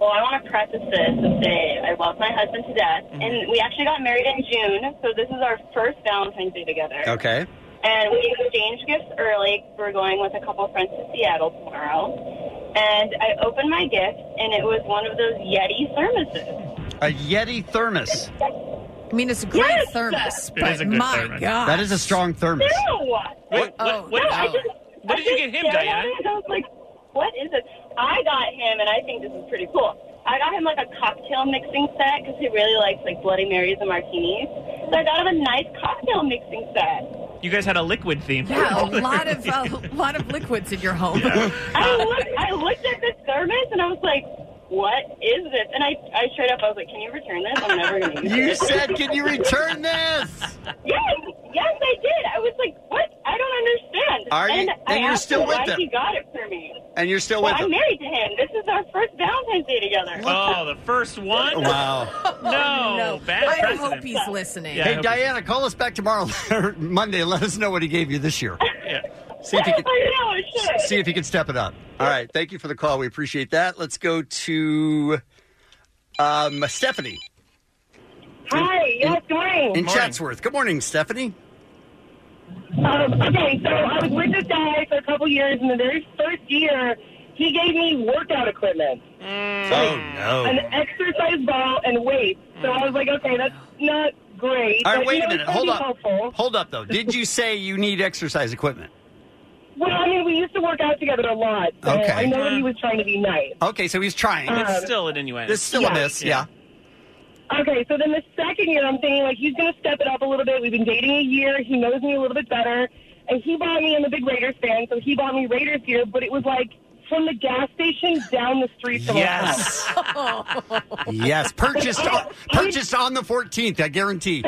Speaker 8: Well, I want to preface this and say I love my husband to death, and we actually got married in June, so this is our first Valentine's Day together.
Speaker 12: Okay.
Speaker 8: And we exchanged gifts early. We're going with a couple friends to Seattle tomorrow. And I opened my gift, and it was one of those Yeti thermoses.
Speaker 12: A Yeti thermos.
Speaker 13: I mean, it's a great thermos,
Speaker 12: It
Speaker 13: but
Speaker 12: is a good
Speaker 13: my
Speaker 12: thermos.
Speaker 13: God.
Speaker 12: That is a strong thermos.
Speaker 8: No!
Speaker 14: What,
Speaker 13: oh,
Speaker 14: what-
Speaker 8: no, I just,
Speaker 14: what did you get him,
Speaker 8: stared at
Speaker 14: Diana?
Speaker 8: it, I was like, what is this? I got him, and I think this is pretty cool. I got him like a cocktail mixing set because he really likes like Bloody Marys and martinis. So I got him a nice cocktail mixing set.
Speaker 14: You guys had a liquid theme.
Speaker 13: Yeah,
Speaker 14: [LAUGHS]
Speaker 13: a lot of a lot of liquids in your home.
Speaker 8: I looked, I looked at this thermos and I was like,
Speaker 7: what is this? And I, I straight up, I was like, can you return this? I'm never going to use
Speaker 12: [LAUGHS] You
Speaker 7: it.
Speaker 12: said, "Can you
Speaker 8: [LAUGHS]
Speaker 12: return this?
Speaker 7: yes, yes, I did. I was like, what? I don't understand.
Speaker 12: Are you-
Speaker 7: and
Speaker 12: then
Speaker 7: I
Speaker 12: you're
Speaker 7: asked
Speaker 12: still
Speaker 7: him
Speaker 12: with
Speaker 7: why
Speaker 12: him.
Speaker 7: he got it for me.
Speaker 12: And you're still
Speaker 7: well,
Speaker 12: with
Speaker 7: I'm
Speaker 12: him.
Speaker 7: married to him. This is our first Valentine's Day together.
Speaker 14: Oh, the first one?
Speaker 12: [LAUGHS] Wow.
Speaker 14: No, bad
Speaker 13: I
Speaker 14: precedent.
Speaker 13: hope he's listening.
Speaker 12: hey, Diana, call us back tomorrow [LAUGHS] or Monday. and Let us know what he gave you this year.
Speaker 14: Yeah.
Speaker 12: See
Speaker 13: [LAUGHS]
Speaker 12: if you
Speaker 14: [LAUGHS]
Speaker 12: can,
Speaker 7: I know, sure.
Speaker 12: see if you can step it up. All right. Thank you for the call. We appreciate that. Let's go to um, Stephanie.
Speaker 7: Hi, yes, good morning.
Speaker 12: In Chatsworth. Good morning, Stephanie.
Speaker 7: Um, okay, so I was with this guy for a couple years, and the very first year, he gave me workout equipment.
Speaker 12: Oh, no.
Speaker 7: An exercise ball and weights. So I was like, okay, that's not great.
Speaker 12: All right,
Speaker 7: but,
Speaker 12: wait
Speaker 7: you
Speaker 12: a
Speaker 7: know,
Speaker 12: minute.
Speaker 7: it's
Speaker 12: Hold
Speaker 7: gonna be
Speaker 12: up.
Speaker 7: helpful.
Speaker 12: Hold up, though. Did you say you need exercise equipment?
Speaker 7: Well, I mean, we used to work out together a lot. So
Speaker 12: Okay.
Speaker 7: I know he was trying to be nice.
Speaker 12: Okay, so he's trying.
Speaker 7: It's
Speaker 14: still an innuendo.
Speaker 12: It's still a
Speaker 7: Uh, Yeah.
Speaker 12: miss, yeah.
Speaker 7: Okay, so then the second year, I'm thinking like he's gonna step it up a little bit. We've been dating a year. He knows me a little bit better, and he bought me. I'm a big Raiders fan, so he bought me Raiders gear. But it was like from the gas station down the street from
Speaker 12: Yes.
Speaker 7: our house.
Speaker 12: Yes, purchased on,
Speaker 7: [LAUGHS]
Speaker 12: purchased on the 14th, I guarantee.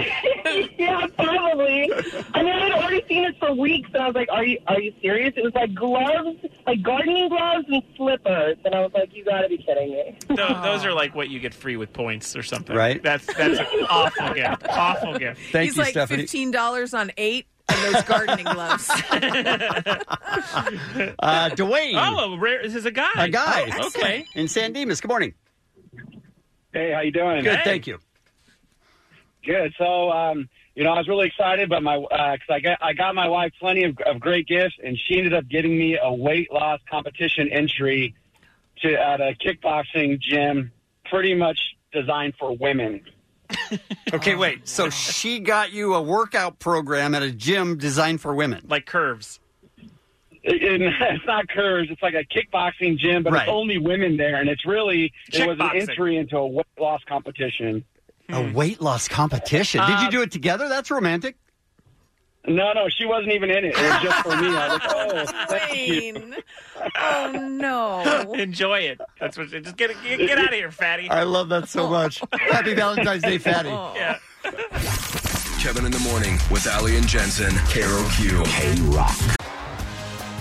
Speaker 7: yeah, probably. I mean, I'd already seen this for weeks, and I was like, "Are you are you serious?" It was like gloves, like gardening gloves and slippers, and I was like, "You gotta be kidding me."
Speaker 17: [LAUGHS]
Speaker 14: Tho- those are like what you get free with points or something.
Speaker 12: Right.
Speaker 14: That's that's an awful gift. Awful gift.
Speaker 12: Thank
Speaker 13: he's
Speaker 12: you,
Speaker 13: like
Speaker 12: Stephanie.
Speaker 13: fifteen dollars on eight and those
Speaker 14: [LAUGHS]
Speaker 13: gardening gloves.
Speaker 12: Uh, Dwayne.
Speaker 14: Oh, a rare, this is a guy.
Speaker 12: A guy.
Speaker 14: Oh, okay.
Speaker 12: In San Dimas. Good morning.
Speaker 9: Hey, how you doing?
Speaker 12: Good, thank you.
Speaker 9: Good. So, um, you know, I was really excited, but my because I got I got my wife plenty of, of great gifts, and she ended up getting me a weight loss competition entry to at a kickboxing gym, pretty much designed for women.
Speaker 12: Okay,
Speaker 14: Um,
Speaker 12: wait. So she got you a workout program at a gym designed for women.
Speaker 14: Like curves.
Speaker 9: It- it- [LAUGHS] it's not curves; it's like a kickboxing gym, but
Speaker 12: Right.
Speaker 9: it's only women there, and it's really it was an
Speaker 12: Kickboxing.
Speaker 9: entry into a weight loss competition.
Speaker 12: A weight loss competition. Did you do it together? That's romantic.
Speaker 9: Uh, No, no, she wasn't even in it. It was just for me. I was like, oh, thank you.
Speaker 13: oh no!
Speaker 14: [LAUGHS] Enjoy it. That's what. Just get get, get out of here, fatty.
Speaker 12: I love that so much. Happy Valentine's Day, Fatty.
Speaker 14: Yeah.
Speaker 11: Kevin in the Morning with Ali and Jensen. KROQ. K Rock.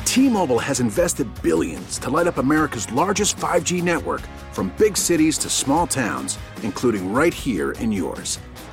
Speaker 10: T-Mobile has invested billions to light up America's largest 5G network from big cities to small towns, including right here in yours.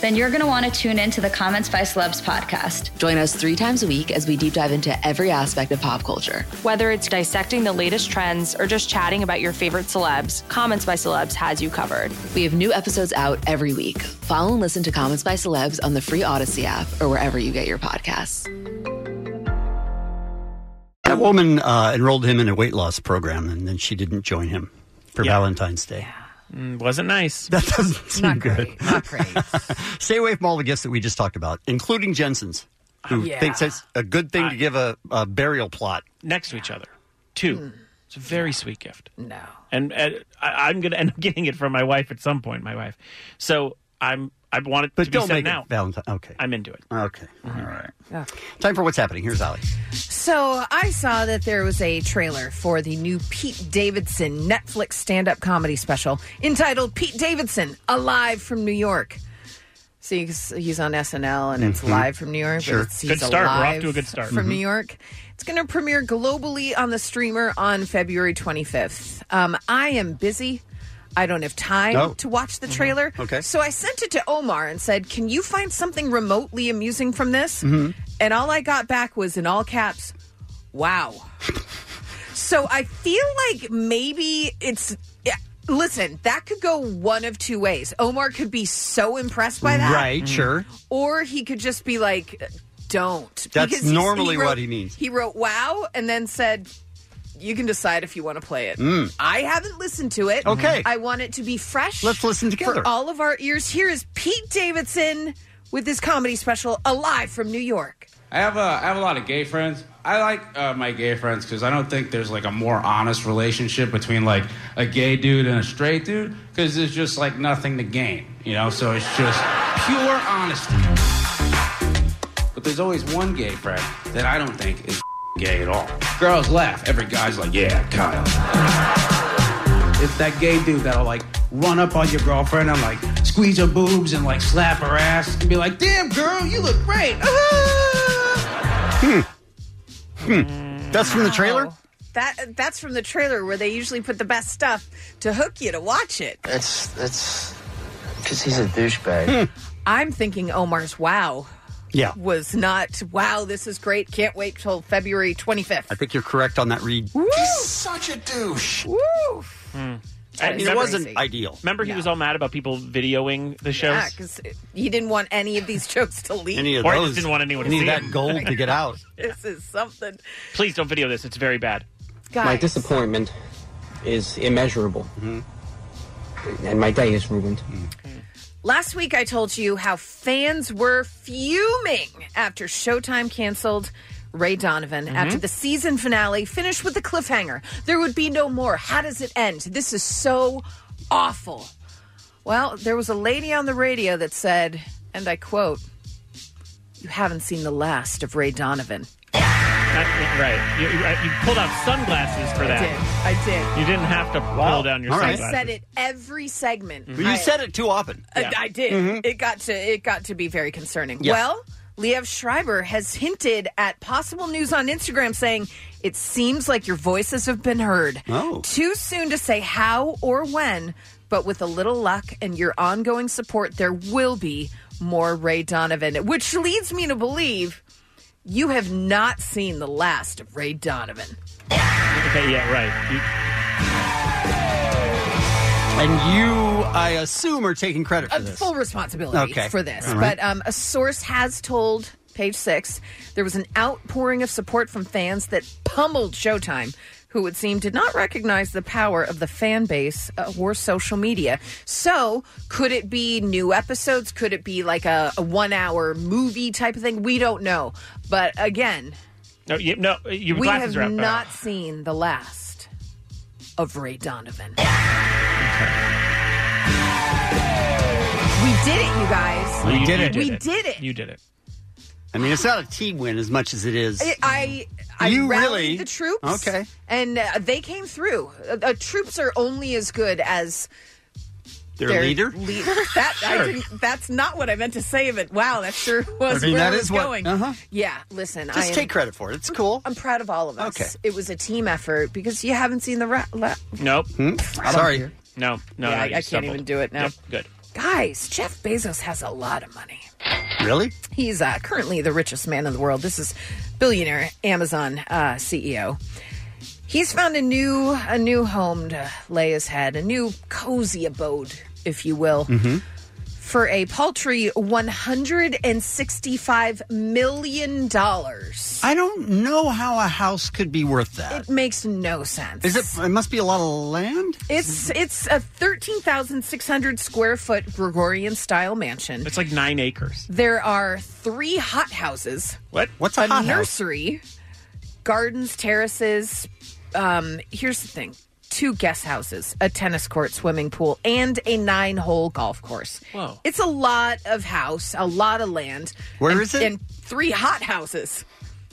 Speaker 26: Then you're going to want to tune in to the Comments by Celebs podcast.
Speaker 24: Join us three times a week as we deep dive into every aspect of pop culture. Whether it's dissecting the latest trends or just chatting about your favorite celebs, Comments by Celebs has you covered. We have new episodes out every week. Follow and listen to Comments by Celebs on the free Odyssey app or wherever you get your podcasts.
Speaker 12: That woman uh, enrolled him in a weight loss program, and then she didn't join him for
Speaker 14: Yeah.
Speaker 12: Valentine's Day.
Speaker 14: Mm, wasn't nice.
Speaker 12: That doesn't seem good. Not great. Stay away from all the gifts that we just talked about, including Jensen's, who
Speaker 14: Yeah.
Speaker 12: thinks it's a good thing to give a, a burial plot.
Speaker 14: Next to each other. Two. It's a very sweet gift.
Speaker 13: No.
Speaker 14: and, and I, I'm going to end up getting it from my wife at some point. My wife, so I'm I want it
Speaker 12: But
Speaker 14: to be
Speaker 12: don't make
Speaker 14: sent now.
Speaker 12: it Valentine. Okay.
Speaker 14: I'm into it. Mm-hmm.
Speaker 12: Okay. All right. Time for what's happening. Here's Ali.
Speaker 13: So I saw that there was a trailer for the new Pete Davidson Netflix stand-up comedy special entitled "Pete Davidson: Alive from New York." So he's, he's on SNL and it's
Speaker 14: Mhm.
Speaker 13: live from New York.
Speaker 14: Sure.
Speaker 13: But it's, he's
Speaker 14: Good start. We're off
Speaker 13: alive
Speaker 14: to a good start.
Speaker 13: from
Speaker 14: Mhm.
Speaker 13: New York. It's going to premiere globally on the streamer on February 25th. Um, I am busy. I don't have time
Speaker 27: Oh.
Speaker 13: to watch the
Speaker 14: Mm-hmm.
Speaker 13: trailer.
Speaker 27: Okay.
Speaker 13: So I sent it to Omar and said, "Can you find something remotely amusing from this?"
Speaker 14: Mm-hmm.
Speaker 12: Mm-hmm.
Speaker 27: Mhm.
Speaker 13: And all I got back was in all caps, wow.
Speaker 12: [LAUGHS]
Speaker 13: so I feel like maybe it's. yeah, Listen, that could go one of two ways. Omar could be so impressed by that.
Speaker 12: Right, sure.
Speaker 13: Or he could just be like, don't.
Speaker 12: That's
Speaker 13: he's-
Speaker 12: normally
Speaker 13: wrote-
Speaker 12: what he means.
Speaker 13: He wrote wow and then said, you can decide if you want to play it.
Speaker 4: Mm.
Speaker 13: I haven't listened to it.
Speaker 4: Okay.
Speaker 13: I want it to be fresh.
Speaker 4: Let's listen together.
Speaker 13: For all of our ears, here is Pete Davidson with his comedy special, Alive from New York.
Speaker 1: I have a I have a lot of gay friends. I like uh, my gay friends because I don't think there's like a more honest relationship between like a gay dude and a straight dude because there's just like nothing to gain, you know. So it's just pure honesty. But there's always one gay friend that I don't think is gay at all. Girls laugh. Every guy's like, "Yeah, Kyle." It's that gay dude that'll like run up on your girlfriend and like squeeze her boobs and like slap her ass and be like, "Damn, girl, you look great." Uh-huh.
Speaker 12: Hmm. Hmm. That's from the trailer?
Speaker 13: That that's from the trailer where they usually put the best stuff to hook you to watch it.
Speaker 17: That's that's because he's a
Speaker 12: Hmm.
Speaker 17: douchebag.
Speaker 13: I'm thinking Omar's wow
Speaker 12: Yeah.
Speaker 13: was not wow. This is great. Can't wait till February 25th.
Speaker 12: I think you're correct on that read.
Speaker 13: He's
Speaker 17: such a douche.
Speaker 13: Woo!
Speaker 14: Mm.
Speaker 12: I mean, it wasn't ideal.
Speaker 14: Remember, he was all mad about people videoing the shows.
Speaker 13: Yeah, because he didn't want any of these jokes to leak.
Speaker 14: or I just didn't want anyone to
Speaker 12: Need
Speaker 14: see
Speaker 12: that
Speaker 14: it.
Speaker 12: gold to get out.
Speaker 13: [LAUGHS] This is something.
Speaker 14: Please don't video this. It's very bad.
Speaker 13: Guys.
Speaker 18: My disappointment is immeasurable.
Speaker 1: Mm-hmm.
Speaker 18: And my day is ruined.
Speaker 13: Last week, I told you how fans were fuming after Showtime canceled Ray Donovan
Speaker 20: Mhm.
Speaker 13: after the season finale finished with a cliffhanger. There would be no more. How does it end? This is so awful. Well, there was a lady on the radio that said, and I quote, You haven't seen the last of Ray Donovan.
Speaker 14: That- right. You, you- you pulled out sunglasses for that.
Speaker 13: I did. I
Speaker 14: You didn't have to pull down your
Speaker 13: I
Speaker 14: sunglasses.
Speaker 13: said it every segment.
Speaker 14: Well, you
Speaker 13: Mm-hmm. I-
Speaker 14: said
Speaker 12: it too often. Mm-hmm.
Speaker 13: I-
Speaker 14: Yeah.
Speaker 13: I did.
Speaker 14: Mhm.
Speaker 13: It got to it got to be very concerning.
Speaker 12: Yeah.
Speaker 13: Well, Liev Schreiber has hinted at possible news on Instagram saying it seems like your voices have been heard.
Speaker 4: Oh.
Speaker 13: Too soon to say how or when, but with a little luck and your ongoing support, there will be more Ray Donovan, which leads me to believe you have not seen the last of Ray Donovan.
Speaker 14: Okay, yeah, right. You-
Speaker 12: And you, I assume, are taking credit for
Speaker 13: Uh,
Speaker 12: this.
Speaker 13: full responsibility
Speaker 12: Okay.
Speaker 13: for this.
Speaker 12: All right.
Speaker 13: But um, a source has told Page Six there was an outpouring of support from fans that pummeled Showtime, who it seemed did not recognize the power of the fan base uh, or social media. So, could it be new episodes? Could it be like a, a one-hour movie type of thing? We don't know. But again,
Speaker 14: no, you, no, your
Speaker 13: we
Speaker 14: glasses
Speaker 13: have
Speaker 14: are up.
Speaker 13: not seen the last of Ray Donovan. We did it, you guys.
Speaker 12: We did it.
Speaker 13: We did it.
Speaker 14: You did it.
Speaker 12: I mean, it's not a team win as much as it is.
Speaker 13: I, I, I
Speaker 12: You
Speaker 13: rallied
Speaker 12: really-
Speaker 13: the troops.
Speaker 12: Okay.
Speaker 13: And uh, they came through. Uh, uh, troops are only as good as
Speaker 12: Their
Speaker 13: [LAUGHS]
Speaker 12: leader?
Speaker 13: lead- that, I
Speaker 12: Sure.
Speaker 13: didn't, that's not what I meant to say, but wow, that sure was
Speaker 12: I mean,
Speaker 13: where
Speaker 12: that
Speaker 13: I was
Speaker 12: is what-
Speaker 13: going.
Speaker 12: uh-huh.
Speaker 13: Yeah, listen.
Speaker 12: Just
Speaker 13: I am-
Speaker 12: take credit for it. It's cool.
Speaker 13: I'm proud of all of us.
Speaker 12: Okay.
Speaker 13: It was a team effort because you haven't seen the. Ra- la-
Speaker 14: Nope.
Speaker 13: don't Sorry. care.
Speaker 14: No,
Speaker 13: Yeah,
Speaker 14: no. no,
Speaker 13: I-
Speaker 14: you
Speaker 13: I can't
Speaker 14: stumbled.
Speaker 13: even do it now.
Speaker 14: Yep, good.
Speaker 13: guys, Jeff Bezos has a lot of money.
Speaker 12: Really?
Speaker 13: He's uh, currently the richest man in the world. This is billionaire Amazon uh, CEO. He's found a new a new home to lay his head, a new cozy abode, if you will,
Speaker 12: Mm-hmm.
Speaker 13: for a paltry one hundred and sixty five million dollars.
Speaker 12: I don't know how a house could be worth that.
Speaker 13: It makes no sense.
Speaker 12: Is it? It must be a lot of land.
Speaker 13: It's it's a thirteen thousand six hundred square foot Gregorian style mansion.
Speaker 14: It's like nine acres.
Speaker 13: There are three hot houses.
Speaker 14: What? What's
Speaker 13: a
Speaker 14: a hot house?
Speaker 13: nursery, gardens, terraces. Um, here's the thing: two guest houses, a tennis court, swimming pool, and a nine-hole golf course.
Speaker 4: Whoa.
Speaker 13: It's a lot of house, a lot of land.
Speaker 4: Where
Speaker 13: Where
Speaker 4: is
Speaker 13: is
Speaker 4: it?
Speaker 13: And three hot houses.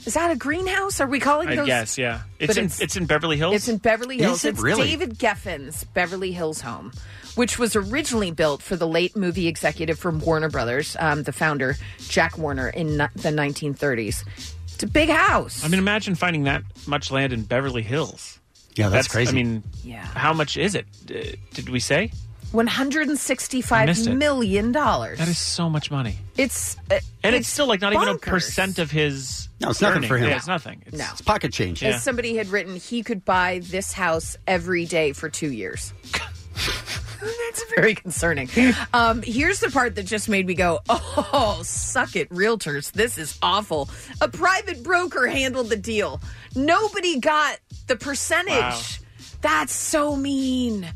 Speaker 13: Is that a greenhouse? Are we calling
Speaker 14: I
Speaker 13: those?
Speaker 14: guess, yeah.
Speaker 13: But
Speaker 14: It's in,
Speaker 13: it's-
Speaker 14: it's in Beverly Hills.
Speaker 13: It's in Beverly
Speaker 14: Is
Speaker 13: Hills.
Speaker 14: it
Speaker 13: it's
Speaker 14: really?
Speaker 13: David Geffen's Beverly Hills home, which was originally built for the late movie executive from Warner Brothers, um, the founder Jack Warner, in ni- the 1930s. It's a big house.
Speaker 14: I mean, imagine finding that much land in Beverly Hills.
Speaker 12: Yeah, that's crazy.
Speaker 14: I mean,
Speaker 13: Yeah.
Speaker 14: how much is it? Uh, did we say? I missed
Speaker 13: $165
Speaker 14: it.
Speaker 13: million. dollars.
Speaker 14: That is so much money.
Speaker 13: It's uh,
Speaker 14: And it's, still like not even a
Speaker 13: bonkers.
Speaker 14: percent of his.
Speaker 12: No, it's nothing
Speaker 14: earnings.
Speaker 12: for him.
Speaker 14: Yeah, it's nothing. It's,
Speaker 13: No.
Speaker 12: It's pocket change.
Speaker 13: As [LAUGHS] somebody had written, he could buy this house every day for two years. That's very concerning. Um, here's the part that just made me go, oh, suck it, realtors. This is awful. A private broker handled the deal. Nobody got The percentage.
Speaker 4: Wow.
Speaker 13: That's so mean.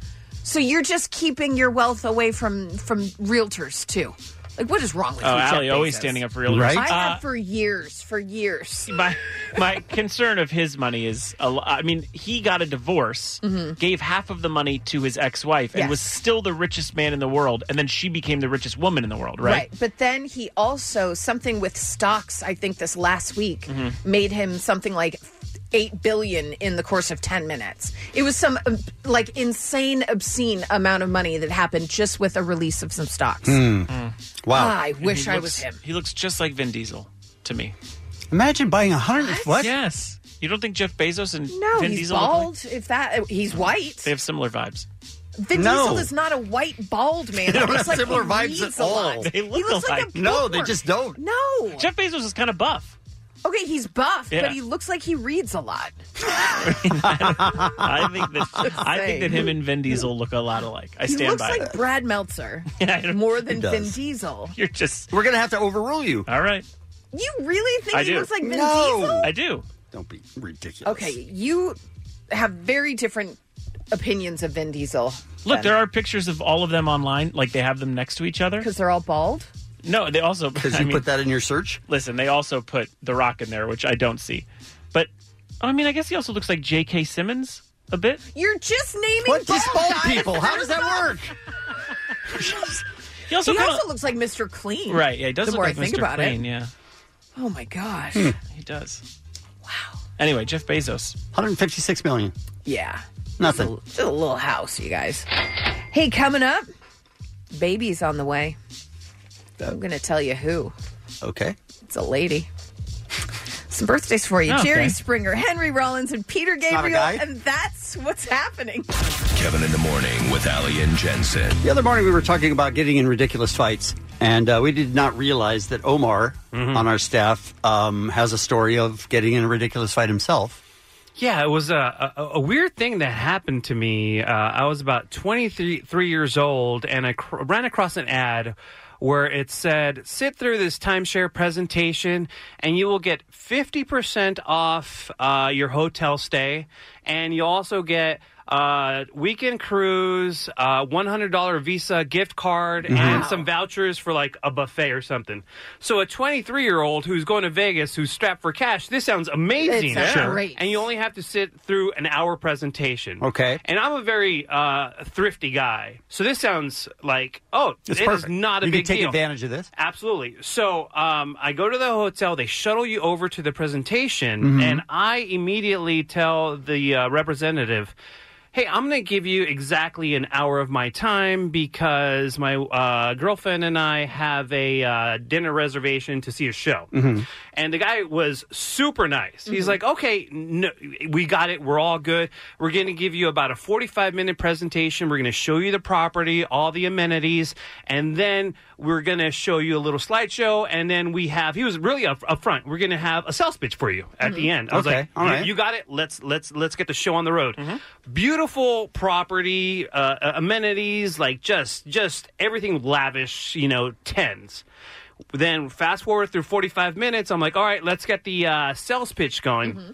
Speaker 13: So you're just keeping your wealth away from from realtors too. Like what is wrong with
Speaker 14: Oh,
Speaker 13: you? Jeff
Speaker 14: Allie, always
Speaker 13: Bezos?
Speaker 14: standing up for realtors.
Speaker 13: I
Speaker 14: Uh,
Speaker 13: have for years, for years.
Speaker 14: my my concern of his money is a lo- I mean he got a divorce
Speaker 13: Mhm.
Speaker 14: gave half of the money to his ex-wife and
Speaker 13: Yes.
Speaker 14: was still the richest man in the world and then she became the richest woman in the world right,
Speaker 13: But then he also something with stocks. I think this last week
Speaker 14: Mhm.
Speaker 13: made him something like eight billion in the course of ten minutes. It was some uh, like insane, obscene amount of money that happened just with a release of some stocks.
Speaker 14: Hmm.
Speaker 13: Ah, I
Speaker 14: Mm. And he
Speaker 13: wish I
Speaker 14: looks-
Speaker 13: was him.
Speaker 14: he looks just like Vin Diesel to me
Speaker 12: Imagine buying a hundred. What?
Speaker 14: yes you don't think Jeff Bezos and
Speaker 13: No,
Speaker 14: Vin
Speaker 13: he's
Speaker 14: Diesel look
Speaker 13: bald. If that uh, he's white.
Speaker 14: like- they have similar vibes
Speaker 13: Vin Diesel is not a white bald
Speaker 14: [LAUGHS]
Speaker 13: man.
Speaker 14: They don't
Speaker 13: Looks
Speaker 14: have
Speaker 13: like he
Speaker 14: similar vibes at
Speaker 13: reads a
Speaker 14: all.
Speaker 13: lot. He
Speaker 14: They look
Speaker 13: looks like
Speaker 14: alike.
Speaker 13: a
Speaker 14: No, they
Speaker 13: bookworm.
Speaker 14: just don't.
Speaker 13: No.
Speaker 14: Jeff Bezos is kind of buff.
Speaker 13: Okay, he's buff,
Speaker 14: Yeah.
Speaker 13: but he looks like he reads a lot.
Speaker 14: I
Speaker 13: [LAUGHS]
Speaker 14: think that I
Speaker 13: saying.
Speaker 14: think that him and Vin Diesel look a lot alike I
Speaker 13: he
Speaker 14: stand
Speaker 13: looks
Speaker 14: by
Speaker 13: like
Speaker 14: that
Speaker 13: Brad Meltzer
Speaker 14: Yeah, I know.
Speaker 13: more
Speaker 14: He
Speaker 13: than
Speaker 14: does.
Speaker 13: Vin Diesel.
Speaker 14: [LAUGHS] you're just
Speaker 12: we're gonna have to overrule you
Speaker 14: all right
Speaker 13: You really think
Speaker 14: I
Speaker 13: he
Speaker 14: do
Speaker 13: looks like Vin
Speaker 12: no.
Speaker 13: Diesel?
Speaker 14: I do
Speaker 12: don't be ridiculous
Speaker 13: Okay, you have very different opinions of Vin Diesel.
Speaker 14: Look, there are pictures of all of them online. Like they have them next to each other because
Speaker 13: they're all bald.
Speaker 14: No, they also because [LAUGHS]
Speaker 12: you put that in your search.
Speaker 14: Listen, they also put The Rock in there, which I don't see. But I mean, I guess he also looks like J.K. Simmons a bit.
Speaker 13: You're just naming
Speaker 14: What,
Speaker 13: bald,
Speaker 14: just bald
Speaker 13: guys.
Speaker 14: people? How
Speaker 13: [LAUGHS]
Speaker 14: does that
Speaker 13: work?
Speaker 14: He also
Speaker 13: he
Speaker 14: kinda-
Speaker 13: also looks like Mr. Clean.
Speaker 14: Right? Yeah, he does
Speaker 13: the
Speaker 14: look
Speaker 13: more
Speaker 14: like
Speaker 13: I think
Speaker 14: Mr.
Speaker 13: about
Speaker 14: Clean.
Speaker 13: it.
Speaker 14: Yeah,
Speaker 13: Oh my gosh.
Speaker 14: he does. Wow. Anyway, Jeff Bezos.
Speaker 12: 156 million.
Speaker 13: Yeah.
Speaker 12: Nothing.
Speaker 13: Just a little house, you guys. Hey, coming up, baby's on the way. I'm going to tell you who.
Speaker 12: Okay.
Speaker 13: It's a lady. Some birthdays for you.
Speaker 4: Okay.
Speaker 13: Jerry Springer, Henry Rollins, and Peter
Speaker 12: not a
Speaker 13: Gabriel.
Speaker 12: guy?
Speaker 13: And that's what's happening.
Speaker 11: Kevin in the Morning with Ali and Jensen.
Speaker 12: The other morning we were talking about getting in ridiculous fights, and uh, we did not realize that Omar
Speaker 16: Mm-hmm.
Speaker 12: on our staff um, has a story of getting in a ridiculous fight himself.
Speaker 16: Yeah, it was a, a, a weird thing that happened to me. Uh, I was about 23 three years old, and I cr- ran across an ad where it said, sit through this timeshare presentation, and you will get 50% off uh, your hotel stay, and you also get uh, weekend cruise, uh, $100 Visa gift card, and some vouchers for like a buffet or something. So a 23 year old who's going to Vegas, who's strapped for cash, this sounds amazing.
Speaker 12: sounds Sure. great.
Speaker 16: And you only have to sit through an hour presentation.
Speaker 12: Okay.
Speaker 16: And I'm a very uh, thrifty guy, so this sounds like oh,
Speaker 12: It's
Speaker 16: it is
Speaker 12: perfect.
Speaker 16: not a
Speaker 12: You can
Speaker 16: big
Speaker 12: take
Speaker 16: deal.
Speaker 12: advantage of this.
Speaker 16: Absolutely. So um, I go to the hotel. They shuttle you over to the presentation,
Speaker 12: Mhm.
Speaker 16: and I immediately tell the uh, representative, "Hey, I'm going to give you exactly an hour of my time because my uh, girlfriend and I have a uh, dinner reservation to see a show."
Speaker 12: Mm-hmm.
Speaker 16: And the guy was super nice. He's like, okay, no, we got it. We're all good. We're going to give you about a 45 minute presentation. We're going to show you the property, all the amenities, and then we're going to show you a little slideshow. And then we have, he was really up, upfront. We're going to have a sales pitch for you at the
Speaker 12: Mhm.
Speaker 16: end. I was
Speaker 12: Okay, Mm-hmm.
Speaker 16: like,
Speaker 12: all
Speaker 16: you-
Speaker 12: right.
Speaker 16: you got it. Let's, let's, let's get the show on the road. Beautiful property, uh, uh, amenities, like just, just everything lavish, you know, tens then fast forward through 45 minutes i'm like all right let's get the uh, sales pitch going
Speaker 12: Mm-hmm.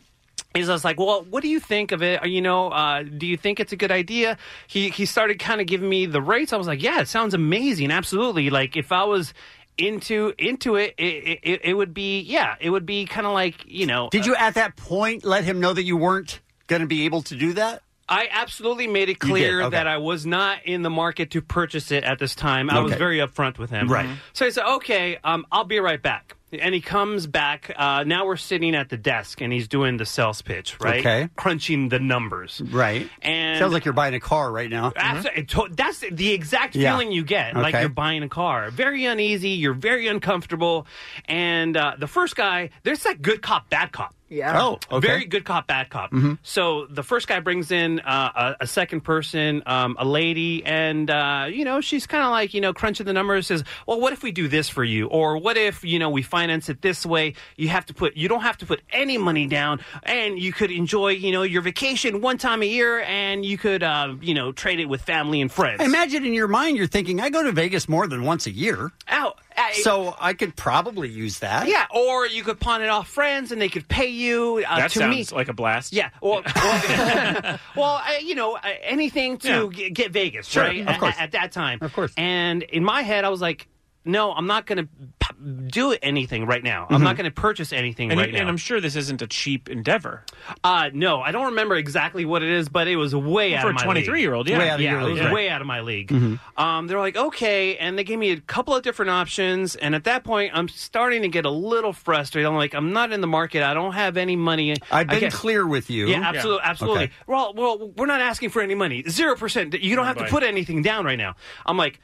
Speaker 16: He's just like, well, what do you think of it? You know, uh, do you think it's a good idea? He he started kind of giving me the rates. I was like, yeah, it sounds amazing, absolutely. Like if I was into into it, it it, it would be yeah, it would be kind of like you know.
Speaker 12: Did
Speaker 16: uh,
Speaker 12: you at that point let him know that you weren't going to be able to do that?
Speaker 16: I absolutely made it
Speaker 12: You did,
Speaker 16: clear
Speaker 12: okay.
Speaker 16: that I was not in the market to purchase it at this time. I was
Speaker 12: Okay.
Speaker 16: very upfront with him.
Speaker 12: Right. Mhm.
Speaker 16: So I said, okay, um, I'll be right back. And he comes back. Uh, now we're sitting at the desk and he's doing the sales pitch, right?
Speaker 12: Okay.
Speaker 16: Crunching the numbers.
Speaker 12: Right.
Speaker 16: And
Speaker 12: Sounds like you're buying a car right now. Mm-hmm.
Speaker 16: Absolutely. To- That's the exact
Speaker 12: Yeah.
Speaker 16: feeling you get, like
Speaker 12: Okay.
Speaker 16: you're buying a car. Very uneasy. You're very uncomfortable. And uh, the first guy, there's like good cop, bad cop.
Speaker 12: Yeah. Oh, okay.
Speaker 16: Very good cop, bad cop.
Speaker 12: Mhm.
Speaker 16: So the first guy brings in uh, a, a second person, um, a lady, and uh, you know she's kind of like you know crunching the numbers. Says, "Well, what if we do this for you? Or what if you know we finance it this way? You have to put you don't have to put any money down, and you could enjoy you know your vacation one time a year, and you could uh, you know trade it with family and friends."
Speaker 12: I imagine in your mind you're thinking, I go to Vegas more than once a year.
Speaker 16: Ow, Right.
Speaker 12: So I could probably use that.
Speaker 16: Yeah, or you could pawn it off friends, and they could pay you. Uh,
Speaker 14: that
Speaker 16: to
Speaker 14: sounds
Speaker 16: me.
Speaker 14: like a blast.
Speaker 16: Yeah. Well, well, [LAUGHS] well, I- you know, I- anything to
Speaker 14: Yeah.
Speaker 16: g- get Vegas,
Speaker 14: Sure,
Speaker 16: right?
Speaker 14: of
Speaker 16: At-
Speaker 14: course.
Speaker 16: At, that time, of course. And in my head, I was like, "No, I'm not going to do anything right now. I'm not going to purchase anything
Speaker 14: Mm-hmm. And,
Speaker 16: right
Speaker 14: and
Speaker 16: now."
Speaker 14: I'm sure this isn't a cheap endeavor.
Speaker 16: Uh, no, I don't remember exactly what it is, but it was way
Speaker 14: Well,
Speaker 16: out
Speaker 14: for
Speaker 16: of
Speaker 14: a
Speaker 16: my
Speaker 14: 23-year-old,
Speaker 16: league.
Speaker 14: yeah. Way out of
Speaker 16: yeah,
Speaker 14: your
Speaker 16: it was
Speaker 14: league, right.
Speaker 16: way out of my league.
Speaker 12: Mm-hmm.
Speaker 16: Um, they're like, okay, and they gave me a couple of different options, and at that point, I'm starting to get a little frustrated. I'm like, I'm not in the market. I don't have any money.
Speaker 12: I've
Speaker 16: I
Speaker 12: been
Speaker 16: get-
Speaker 12: clear with you.
Speaker 16: Yeah, absolutely,
Speaker 12: Yeah.
Speaker 16: absolutely.
Speaker 12: Okay.
Speaker 16: Well, well, we're not asking for any money. Zero percent. You don't have to
Speaker 12: Right.
Speaker 16: put anything down right now. I'm like.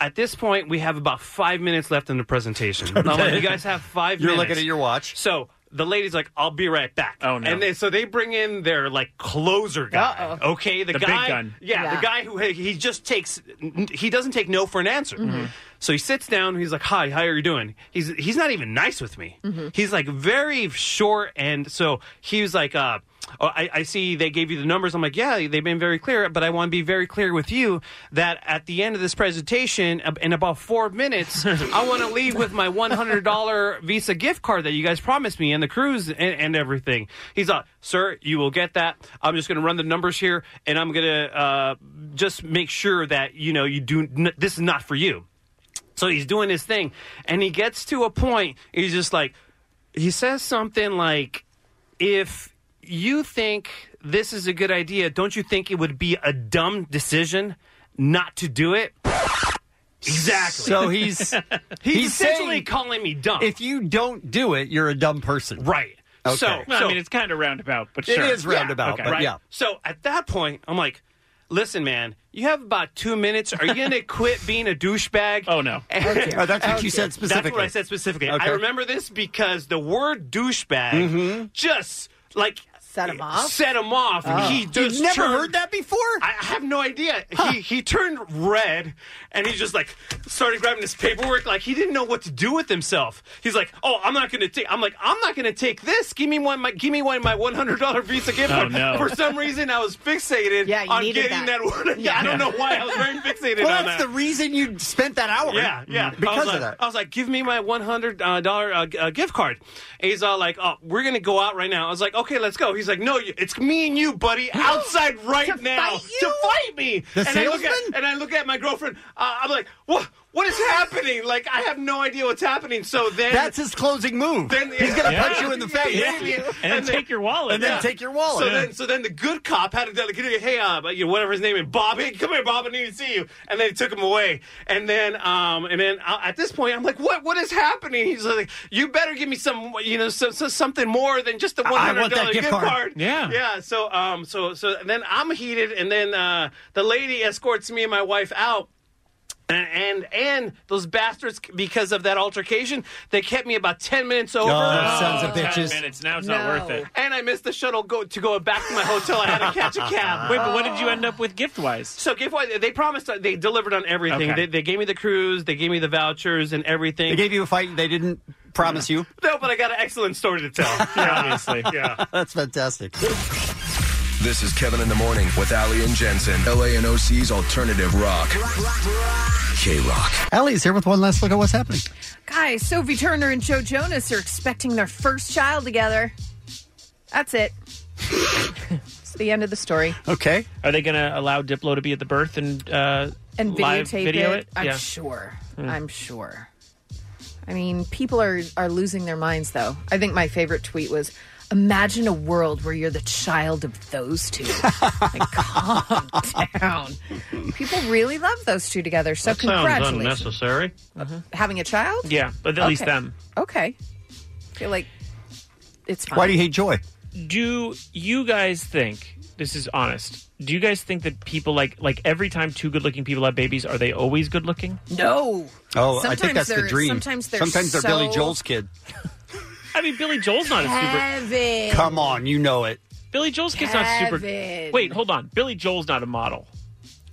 Speaker 16: At this point, we have about five minutes left in the presentation. I'm like,
Speaker 12: Okay.
Speaker 16: you guys have five
Speaker 12: You're
Speaker 16: minutes.
Speaker 12: looking at your watch.
Speaker 16: So the lady's like, I'll be right back. Oh, no. And they, so they bring in their, like, closer guy.
Speaker 14: Uh-oh.
Speaker 16: Okay? The,
Speaker 14: The big
Speaker 16: guy.
Speaker 14: gun.
Speaker 16: Yeah,
Speaker 14: Yeah.
Speaker 16: the guy who he just takes, he doesn't take no for an answer. Mm-hmm. So he sits down. He's like, Hi, how are you doing? He's, he's not even nice with me.
Speaker 4: Mhm.
Speaker 16: He's like very short. And so he was like, uh, oh, I, I see they gave you the numbers. I'm like, yeah, they've been very clear, but I want to be very clear with you that at the end of this presentation, ab- in about four minutes, I want to leave with my $100 Visa gift card that you guys promised me and the cruise and, and everything. He's like, sir, you will get that. I'm just going to run the numbers here and I'm going to uh, just make sure that, you know, you do, n- this is not for you. So he's doing his thing, and he gets to a point. He's just like, he says something like, "If you think this is a good idea, don't you think it would be a dumb decision not to do it?" Exactly.
Speaker 12: So [LAUGHS] he's-
Speaker 16: he's,
Speaker 12: he's
Speaker 16: essentially
Speaker 12: saying-
Speaker 16: calling me dumb.
Speaker 12: If you don't do it, you're a dumb person.
Speaker 16: Right.
Speaker 12: Okay.
Speaker 16: So,
Speaker 14: Well, I mean, it's kind of roundabout, but
Speaker 16: It is
Speaker 14: sure.
Speaker 12: roundabout, but yeah.
Speaker 16: So at that point, I'm like, listen, man, you have about two minutes. Are you going
Speaker 12: [LAUGHS]
Speaker 16: to quit being a douchebag? Oh, [LAUGHS] no.
Speaker 12: Oh, that's what you said
Speaker 16: That's what I
Speaker 12: specifically.
Speaker 16: said specifically.
Speaker 12: Okay. Mm-hmm.
Speaker 16: I remember this because the word douchebag just like. Set him
Speaker 13: off?
Speaker 16: Set him off.
Speaker 13: Oh.
Speaker 16: He
Speaker 13: You've
Speaker 16: just
Speaker 13: never
Speaker 16: turned-
Speaker 13: heard that
Speaker 12: before.
Speaker 16: I I have no idea. He he turned red, and he just like started grabbing his paperwork, like he didn't know what to do with himself. He's like, "Oh, I'm not gonna take. I'm like, I'm not gonna take this. Give me one. My give me one. My one hundred dollar Visa gift
Speaker 4: Oh,
Speaker 16: card.
Speaker 4: no.
Speaker 16: For some reason, I was fixated
Speaker 4: Yeah, you
Speaker 16: on
Speaker 4: needed
Speaker 16: getting
Speaker 4: that.
Speaker 16: that, one. [LAUGHS] Yeah, I don't know why. I was very fixated
Speaker 12: Well,
Speaker 16: on
Speaker 12: that's the
Speaker 16: that.
Speaker 12: reason you spent that hour.
Speaker 16: Yeah, yeah. I
Speaker 12: Because
Speaker 16: was
Speaker 12: of
Speaker 16: like-
Speaker 12: that.
Speaker 16: I was like, give me my one hundred dollar uh, g- uh, gift card. And he's all like, oh, we're gonna go out right now. I was like, okay, let's go. He's like, no, you- it's me and
Speaker 12: [GASPS]
Speaker 16: you, buddy, outside right now to fight me.
Speaker 4: The
Speaker 16: and I look at and I look at my girlfriend. Uh, I'm like, what? What is happening? Like, I have no idea what's happening. So then
Speaker 12: That's his closing move.
Speaker 16: Then
Speaker 12: He's gonna punch you in the face.
Speaker 16: Yeah.
Speaker 12: And then take your wallet. And then take your wallet.
Speaker 16: So
Speaker 12: Yeah.
Speaker 16: then, so then the good cop had to tell the kid, "Hey, uh, you know, whatever his name is, Bob, hey, [LAUGHS] come here, Bob, I need to see you." And then he took him away. And then, um, and then uh, at this point, I'm like, "What? What is happening?" He's like, "You better give me some, you know, so, so something more than just the
Speaker 4: I
Speaker 16: one hundred
Speaker 4: want that
Speaker 16: dollar
Speaker 4: gift
Speaker 16: gift
Speaker 4: card.
Speaker 16: card.
Speaker 4: Yeah.
Speaker 16: yeah." So, um, so, so and then I'm heated, and then uh, the lady escorts me and my wife out. And, and and those bastards, because of that altercation, they kept me about ten minutes over.
Speaker 12: Oh, sons of Oh, 10 bitches. minutes.
Speaker 14: Now it's not worth it.
Speaker 16: And I missed the shuttle go to go back to my hotel. I had to catch a cab.
Speaker 14: Wait, but what did you end up with gift wise?
Speaker 16: So gift wise, they promised they delivered on everything.
Speaker 14: Okay.
Speaker 16: They, they gave me the cruise, they gave me the vouchers and everything.
Speaker 12: They gave you a fight. They didn't promise you.
Speaker 16: no, but I got an excellent story to tell.
Speaker 14: [LAUGHS]
Speaker 16: [LAUGHS] obviously. Yeah.
Speaker 12: [LAUGHS] That's fantastic.
Speaker 11: This is Kevin in the Morning with Ali and Jensen. LA and OC's alternative rock. K Rock.
Speaker 12: Allie's here with one last look at what's happening.
Speaker 13: Guys, Sophie Turner and Joe Jonas are expecting their first child together. That's it. it's the end of the story.
Speaker 12: Okay.
Speaker 14: Are they going to allow Diplo to be at the birth and uh,
Speaker 13: And
Speaker 14: live
Speaker 13: videotape
Speaker 14: video
Speaker 13: it.
Speaker 14: it?
Speaker 13: I'm
Speaker 14: Yeah.
Speaker 13: sure.
Speaker 14: Hmm.
Speaker 13: I'm sure. I mean, people are, are losing their minds, though. I think my favorite tweet was Imagine a world where you're the child of those
Speaker 14: [LAUGHS]
Speaker 13: two. like, calm down. People really love those two together. So, congratulations. Uh-huh.
Speaker 16: unnecessary.
Speaker 13: Having a child?
Speaker 14: Yeah, but at least
Speaker 13: Okay.
Speaker 14: them.
Speaker 13: Okay. I feel like it's fine.
Speaker 12: joy?
Speaker 14: Do you guys think this is honest? Do you guys think that people like like every time two good looking people have babies, are they always good looking?
Speaker 13: No.
Speaker 12: Oh, I
Speaker 13: Sometimes
Speaker 12: think that's the
Speaker 13: they're-
Speaker 12: dream.
Speaker 13: sometimes they're so-
Speaker 12: Billy Joel's kid.
Speaker 14: I mean, Billy Joel's not a super.
Speaker 13: Kevin.
Speaker 12: Come on, you know it.
Speaker 14: Billy Joel's kid's not super.
Speaker 13: Kevin.
Speaker 14: Wait, hold on. Billy Joel's not a model.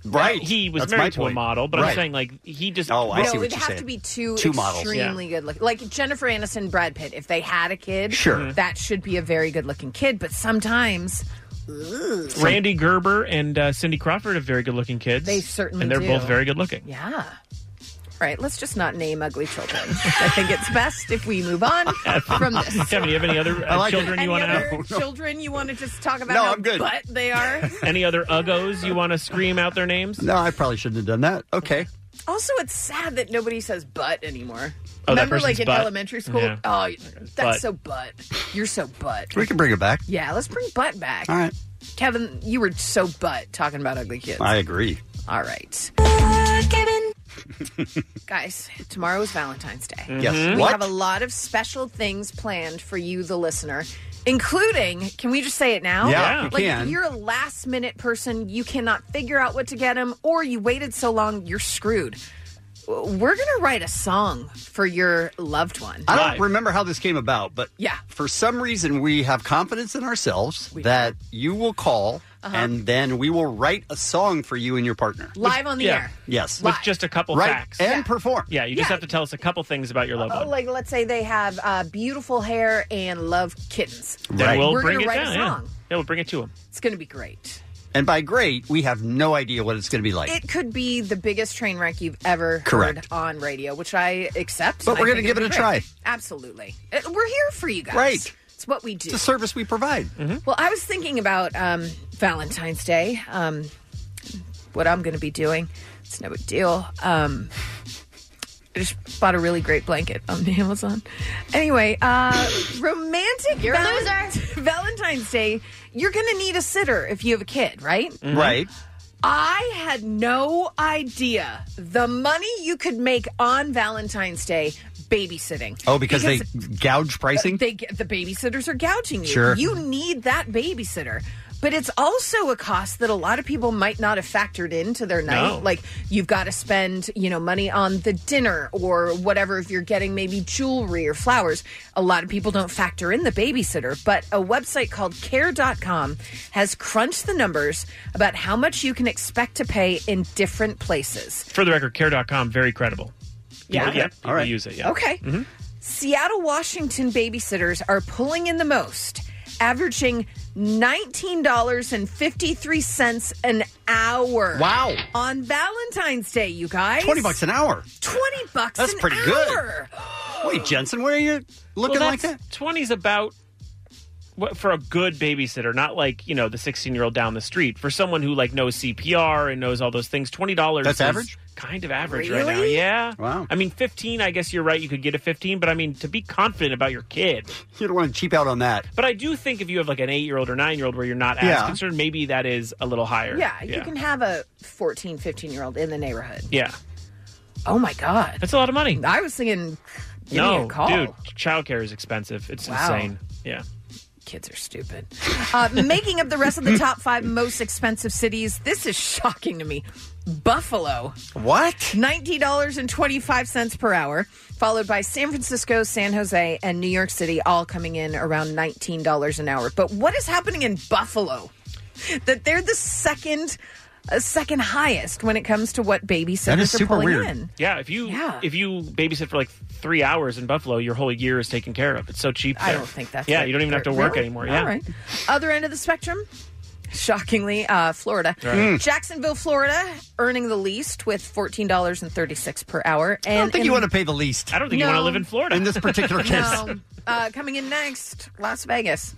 Speaker 12: Right.
Speaker 14: He was
Speaker 12: That's my
Speaker 14: married to a
Speaker 12: point.
Speaker 14: model, but I'm
Speaker 12: Right.
Speaker 14: saying like he just.
Speaker 12: Oh, I
Speaker 13: no,
Speaker 12: see
Speaker 13: it'd
Speaker 12: what you're
Speaker 13: have
Speaker 12: saying.
Speaker 13: to be two,
Speaker 12: Two models.
Speaker 13: extremely good looking, like Jennifer Aniston, Brad Pitt. If they had a kid,
Speaker 14: Sure.
Speaker 13: that should be a very good looking kid. But sometimes, ugh.
Speaker 14: Randy Gerber and uh, Cindy Crawford have very good looking kids.
Speaker 13: They certainly
Speaker 14: and they're
Speaker 13: do.
Speaker 14: both very good looking.
Speaker 13: yeah, All right, let's just not name ugly children. I think it's best if we move
Speaker 12: [LAUGHS]
Speaker 13: on from this.
Speaker 14: [LAUGHS] Kevin, do you have any other uh, children
Speaker 13: Any
Speaker 14: you want [LAUGHS]
Speaker 13: other
Speaker 14: to out?
Speaker 13: Children you want to just talk about
Speaker 14: No,
Speaker 13: how
Speaker 14: I'm good.
Speaker 13: butt they
Speaker 14: [LAUGHS]
Speaker 13: are?
Speaker 14: Any other uggos you want to scream out their names?
Speaker 12: No, I probably shouldn't have done that. Okay.
Speaker 13: Also, it's sad that nobody says butt anymore.
Speaker 12: Oh, that
Speaker 13: Remember,
Speaker 12: person's
Speaker 13: like in
Speaker 12: butt?
Speaker 13: elementary school?
Speaker 12: Yeah.
Speaker 13: Oh, that's
Speaker 12: Butt.
Speaker 13: so butt. You're so butt.
Speaker 12: We can bring it back.
Speaker 13: Yeah, let's bring butt back.
Speaker 12: All right.
Speaker 13: Kevin, you were so butt talking about ugly kids.
Speaker 12: I agree.
Speaker 13: All right.
Speaker 12: Kevin.
Speaker 13: Guys, tomorrow is Valentine's Day.
Speaker 12: Mm-hmm. Yes.
Speaker 13: We
Speaker 12: What?
Speaker 13: have a lot of special things planned for you, the listener, including, can we just say it now?
Speaker 12: Yeah, you
Speaker 13: Like,
Speaker 12: can.
Speaker 13: if you're a last minute person, you cannot figure out what to get them, or you waited so long, you're screwed. We're going to write a song for your loved one.
Speaker 12: I don't remember how this came about, but
Speaker 13: Yeah.
Speaker 12: for some reason we have confidence in ourselves that you will call
Speaker 13: Uh-huh.
Speaker 12: and then we will write a song for you and your partner.
Speaker 13: Live on the Yeah. air.
Speaker 12: Yes.
Speaker 13: With
Speaker 14: just a couple
Speaker 12: right.
Speaker 14: facts.
Speaker 12: And perform.
Speaker 14: Yeah, you just have to tell us a couple things about your loved
Speaker 13: Oh,
Speaker 14: one.
Speaker 13: like, let's say they have uh, beautiful hair and love kittens.
Speaker 14: Then we'll
Speaker 13: We're
Speaker 14: bring
Speaker 13: gonna
Speaker 14: it
Speaker 13: write
Speaker 14: down.
Speaker 13: a song.
Speaker 14: Yeah. yeah, we'll bring it to him.
Speaker 13: It's going to be great.
Speaker 12: And by great, we have no idea what it's going to be like.
Speaker 13: It could be the biggest train wreck you've ever
Speaker 12: Correct.
Speaker 13: heard on radio, which I accept.
Speaker 12: But
Speaker 13: I
Speaker 12: we're gonna
Speaker 13: think
Speaker 12: give
Speaker 13: it'd
Speaker 12: it
Speaker 13: be
Speaker 12: a
Speaker 13: great.
Speaker 12: try.
Speaker 13: Absolutely. Uh, We're here for you guys.
Speaker 12: Right.
Speaker 13: It's what we do. Mm-hmm.
Speaker 12: It's a service we provide.
Speaker 13: Well, I was thinking about um, Valentine's Day, um, what I'm going to be doing. It's no big deal. Um, I just bought a really great blanket on Amazon. Anyway, uh, romantic
Speaker 5: You're a
Speaker 13: [LAUGHS] Valentine's Day, you're going to need a sitter if you have a kid, right?
Speaker 12: [LAUGHS] Right.
Speaker 13: Mm-hmm. I had no idea the money you could make on Valentine's Day babysitting.
Speaker 12: Oh, because, they gouge pricing?
Speaker 13: They get, the babysitters are gouging you.
Speaker 12: Sure.
Speaker 13: You need that babysitter. But it's also a cost that a lot of people might not have factored into their night.
Speaker 5: No.
Speaker 13: Like you've got to spend, you know, money on the dinner or whatever if you're getting maybe jewelry or flowers. A lot of people don't factor in the babysitter, but a website called care.com has crunched the numbers about how much you can expect to pay in different places.
Speaker 14: For the record, care.com, very credible.
Speaker 13: Yeah?
Speaker 14: People, yeah. People
Speaker 13: All right.
Speaker 14: use it, yeah.
Speaker 13: Okay.
Speaker 14: Mhm.
Speaker 13: Seattle, Washington babysitters are pulling in the most, averaging $19.53 an hour.
Speaker 12: Wow.
Speaker 13: On Valentine's Day, you guys.
Speaker 12: 20 bucks an hour.
Speaker 13: 20 bucks
Speaker 12: That's
Speaker 13: an
Speaker 12: pretty
Speaker 13: hour.
Speaker 12: good. Wait, Jensen, where are you looking
Speaker 14: well,
Speaker 12: like that?
Speaker 14: Twenty's about what, for a good babysitter, not like you know the sixteen-year-old down the street. For someone who like knows CPR and knows all those things, twenty dollars.
Speaker 12: That's average?
Speaker 14: Kind of average right now.
Speaker 12: Really?
Speaker 14: Yeah.
Speaker 12: Wow.
Speaker 14: I mean, fifteen. I guess you're right. You could get a fifteen, but I mean, to be confident about your kid,
Speaker 12: you don't want to cheap out on that.
Speaker 14: But I do think if you have like an eight-year-old or nine-year-old where you're not as
Speaker 12: Yeah.
Speaker 14: concerned, maybe that is a little higher.
Speaker 13: Yeah, you can have a 14, 15 year old in the neighborhood.
Speaker 14: Yeah.
Speaker 13: Oh my God.
Speaker 14: That's a lot of money.
Speaker 13: I was thinking, give
Speaker 14: no,
Speaker 13: me a call.
Speaker 14: dude, childcare is expensive. It's
Speaker 13: Wow.
Speaker 14: insane. Yeah.
Speaker 13: Kids are stupid. Uh, making up the rest of the top five most expensive cities. This is shocking to me. Buffalo.
Speaker 12: What?
Speaker 13: $19.25 per hour, followed by San Francisco, San Jose, and New York City, all coming in around $19 an hour. But what is happening in Buffalo? That they're the second. uh, second highest when it comes to what babysitters are pulling in.
Speaker 14: Yeah, if you if you babysit for like three hours in Buffalo, your whole year is taken care of. It's so cheap.
Speaker 13: I
Speaker 14: there.
Speaker 13: don't think that's
Speaker 14: Yeah,
Speaker 13: what
Speaker 14: you don't even have to
Speaker 13: they're-
Speaker 14: work
Speaker 13: Really?
Speaker 14: anymore. Yeah,
Speaker 13: All right. Other end of the spectrum, shockingly, uh, Florida.
Speaker 14: Right. Mm.
Speaker 13: Jacksonville, Florida, earning the least with fourteen dollars and thirty six per hour. And
Speaker 12: I don't think you
Speaker 13: in-
Speaker 12: want to pay the least. I
Speaker 14: don't
Speaker 13: think you wanna No. live in
Speaker 14: Florida.
Speaker 12: In this
Speaker 13: [LAUGHS]
Speaker 12: particular case.
Speaker 13: No. Uh, coming in next, Las Vegas.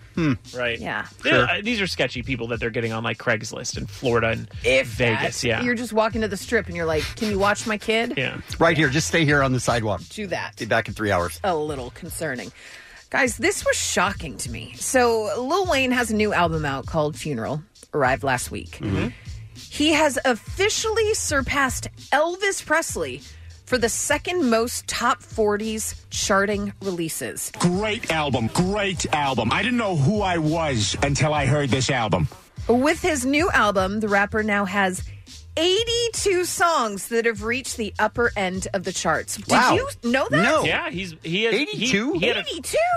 Speaker 14: right.
Speaker 13: Yeah.
Speaker 14: They're-
Speaker 13: Sure.
Speaker 14: uh, these are sketchy people that they're getting on like Craigslist in Florida and
Speaker 13: If
Speaker 14: Vegas.
Speaker 13: that,
Speaker 14: yeah,
Speaker 13: You're just walking to the strip and you're like, "Can you watch my kid?"
Speaker 14: yeah.
Speaker 12: Right here. Just stay here on the sidewalk.
Speaker 13: Do that.
Speaker 12: Be back in three hours.
Speaker 13: a little concerning. Guys, this was shocking to me. So, Lil Wayne has a new album out called Funeral, arrived last week. He has officially surpassed Elvis Presley for the second most top 40s charting releases.
Speaker 20: Great album. Great album. I didn't know who I was until I heard this album.
Speaker 13: With his new album, the rapper now has 82 songs that have reached the upper end of the charts. Did you know that?
Speaker 14: Yeah, he's he has
Speaker 13: 82?
Speaker 14: He, he had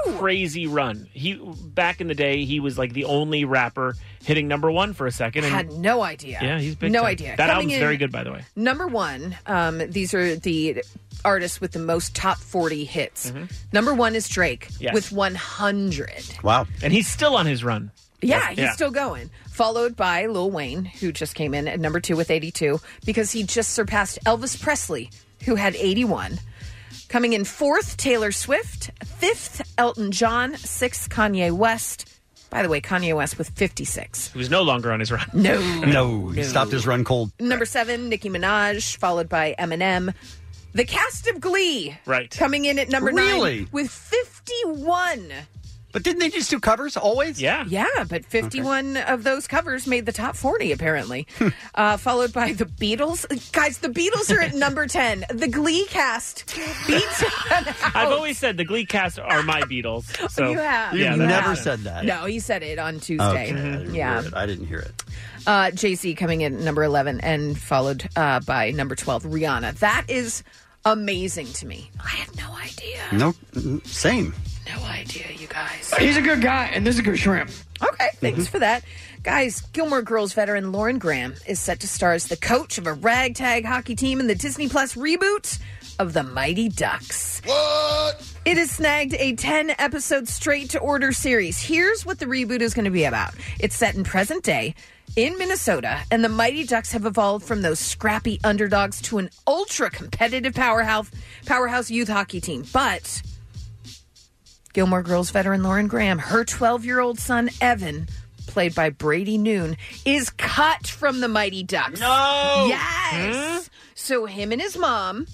Speaker 14: a crazy run. He back in the day, he was like the only rapper hitting number one for a second. And,
Speaker 13: Had no idea.
Speaker 14: yeah, he's big.
Speaker 13: No
Speaker 14: time.
Speaker 13: idea.
Speaker 14: That
Speaker 13: Coming
Speaker 14: album's
Speaker 13: in-
Speaker 14: very good, by the way.
Speaker 13: Number one, um, these are the artists with the most top 40 hits.
Speaker 14: Mhm.
Speaker 13: Number one is Drake
Speaker 14: Yes.
Speaker 13: with 100.
Speaker 12: Wow,
Speaker 14: and he's still on his run.
Speaker 13: Yeah, he's still going. Followed by Lil Wayne, who just came in at number two with 82 because he just surpassed Elvis Presley who had 81. Coming in fourth, Taylor Swift. Fifth, Elton John. Sixth, Kanye West. By the way, Kanye West with 56.
Speaker 14: Who's no longer on his run.
Speaker 13: No.
Speaker 12: [LAUGHS] No, he stopped his run cold.
Speaker 13: Number seven, Nicki Minaj, followed by Eminem. The cast of Glee.
Speaker 12: Right.
Speaker 13: Coming in at number
Speaker 12: Really?
Speaker 13: nine with 51.
Speaker 12: But didn't they just do covers always?
Speaker 14: Yeah.
Speaker 13: Yeah, but 51 of those covers made the top 40, apparently.
Speaker 12: Hmm.
Speaker 13: [LAUGHS] uh, followed by the Beatles. Guys, the Beatles
Speaker 12: [LAUGHS]
Speaker 13: are at number 10. The Glee cast beats them out.
Speaker 14: I've always said the Glee cast are
Speaker 13: [LAUGHS]
Speaker 14: my Beatles. So
Speaker 13: you have.
Speaker 14: Yeah,
Speaker 13: You
Speaker 14: that-
Speaker 13: have. No, he said it on Tuesday.
Speaker 12: Okay, I didn't
Speaker 13: Yeah.
Speaker 12: hear it. I didn't hear it.
Speaker 13: Uh, JC coming in at number 11 and followed uh, by number 12, Rihanna. That is amazing to me.
Speaker 12: No, mm, same.
Speaker 13: No idea, you guys.
Speaker 12: He's a good guy, and this is a good shrimp. Mm-hmm.
Speaker 13: Okay, thanks for that. Guys, Gilmore Girls veteran Lauren Graham is set to star as the coach of a ragtag hockey team in the Disney Plus reboot of The Mighty Ducks. What? It has snagged a 10 episode straight to order series. Here's what the reboot is going to be about it's set in present day. In Minnesota, and the Mighty Ducks have evolved from those scrappy underdogs to an ultra competitive powerhouse powerhouse youth hockey team. But Gilmore Girls veteran Lauren Graham, her 12 year old son Evan, played by Brady Noon, is cut from the Mighty Ducks.
Speaker 4: No!
Speaker 13: Yes!
Speaker 4: Huh?
Speaker 13: So him and his mom,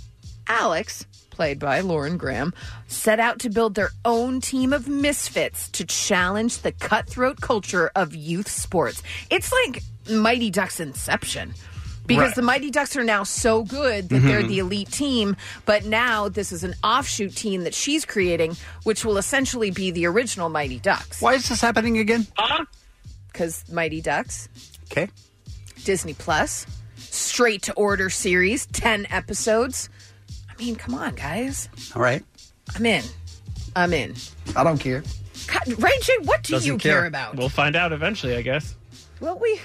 Speaker 13: Alex, played by Lauren Graham, set out to build their own team of misfits to challenge the cutthroat culture of youth sports. It's like Mighty Ducks Inception. Because
Speaker 4: Right.
Speaker 13: the Mighty Ducks are now so good that
Speaker 12: Mm-hmm.
Speaker 13: they're
Speaker 4: Mhm.
Speaker 13: the elite team, but now this is an offshoot team that she's creating, which will essentially be the original Mighty Ducks.
Speaker 12: Why is this happening again?
Speaker 13: Because Mighty Ducks,
Speaker 12: Okay.
Speaker 13: Disney Plus, straight to order series, 10 episodes. I mean, come on, guys.
Speaker 12: All right.
Speaker 13: I'm in. I'm in.
Speaker 12: I don't care.
Speaker 13: God, Ray J, what do you care. about?
Speaker 14: We'll find out eventually, I guess.
Speaker 13: Well, we.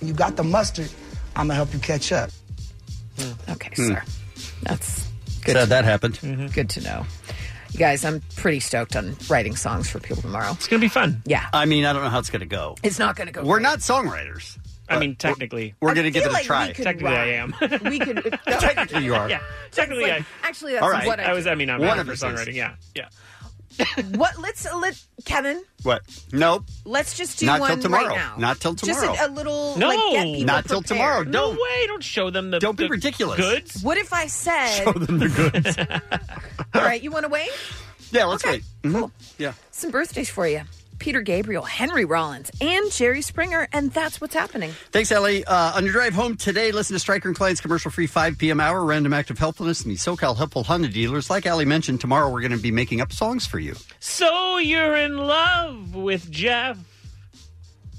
Speaker 2: You got the mustard. I'm gonna help you catch up.
Speaker 13: Okay, sir. That's
Speaker 12: good. Hmm. Sad that happened.
Speaker 14: Mm-hmm.
Speaker 13: Good to know. You guys, I'm pretty stoked on writing songs for people tomorrow. It's
Speaker 14: going to be fun.
Speaker 13: Yeah.
Speaker 12: I mean, I don't know how it's going to go.
Speaker 13: It's not going to go.
Speaker 12: We're not songwriters.
Speaker 14: I mean, technically.
Speaker 12: We're going to give it a try.
Speaker 14: Technically, I am.
Speaker 13: we
Speaker 14: [LAUGHS]
Speaker 13: could.
Speaker 12: technically, you are.
Speaker 14: Yeah. Technically,
Speaker 13: Like,
Speaker 14: I.
Speaker 13: actually, that's
Speaker 12: All right.
Speaker 13: what I,
Speaker 14: I was. I mean, I'm
Speaker 12: One
Speaker 14: out
Speaker 12: of
Speaker 14: for
Speaker 12: us is.
Speaker 14: songwriting. Yeah. Yeah.
Speaker 13: [LAUGHS] What? Let's let Kevin.
Speaker 12: What? Nope.
Speaker 13: Let's just do
Speaker 12: Not till
Speaker 13: one
Speaker 12: tomorrow.
Speaker 13: right now.
Speaker 12: Not till
Speaker 13: Just a-
Speaker 12: tomorrow.
Speaker 13: a, little. like, get people
Speaker 12: Not till
Speaker 13: prepared.
Speaker 12: tomorrow. Don't.
Speaker 14: way. Don't show them the.
Speaker 12: Don't be ridiculous.
Speaker 14: goods.
Speaker 13: What if I said? [LAUGHS]
Speaker 14: [LAUGHS]
Speaker 13: All right, you want to wait?
Speaker 12: Yeah, let's wait. Mhm. Yeah.
Speaker 13: Some birthdays for you. Peter Gabriel, Henry Rollins, and Jerry Springer, and that's what's happening.
Speaker 12: Thanks, Ellie. Uh, on your drive home today, listen to Stryker and Klein's commercial free 5 p.m. hour, random act of helpfulness, and the SoCal helpful Honda dealers. Like Ellie mentioned, tomorrow we're going to be making up songs for you.
Speaker 14: So you're in love with Jeff.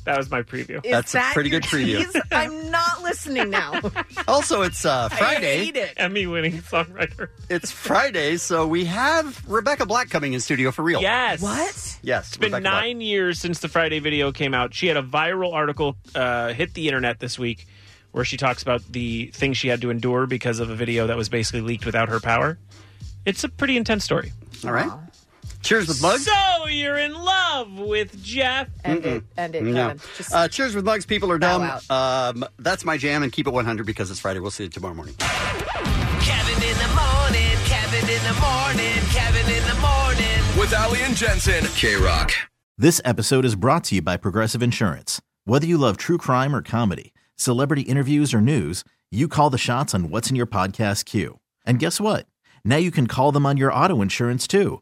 Speaker 14: That was my preview.
Speaker 13: Is
Speaker 12: That's a
Speaker 13: that
Speaker 12: pretty
Speaker 13: your
Speaker 12: good preview.
Speaker 13: [LAUGHS] tease? I'm not listening now.
Speaker 12: Also, it's uh, Friday.
Speaker 13: hate it.
Speaker 14: Emmy-winning songwriter.
Speaker 12: It's Friday, so we have Rebecca Black coming in studio for real.
Speaker 14: Yes.
Speaker 13: What?
Speaker 12: Yes.
Speaker 14: It's been
Speaker 12: Rebecca Black.
Speaker 14: nine years since the Friday video came out. She had a viral article uh, hit the internet this week where she talks about the things she had to endure because of a video that was basically leaked without her power. It's a pretty intense story.
Speaker 12: All right. Cheers with Bugs.
Speaker 14: So you're in love with Jeff.
Speaker 13: End
Speaker 12: it.
Speaker 13: End
Speaker 12: No. uh, cheers with Bugs. People are dumb.
Speaker 14: out.
Speaker 12: Um, that's my jam, and keep it 100 because it's Friday. We'll see you tomorrow morning.
Speaker 4: Kevin in the morning, Kevin in the morning, Kevin in the morning.
Speaker 11: With Ali and Jensen. K Rock.
Speaker 21: This episode is brought to you by Progressive Insurance. Whether you love true crime or comedy, celebrity interviews or news, you call the shots on what's in your podcast queue. And guess what? Now you can call them on your auto insurance too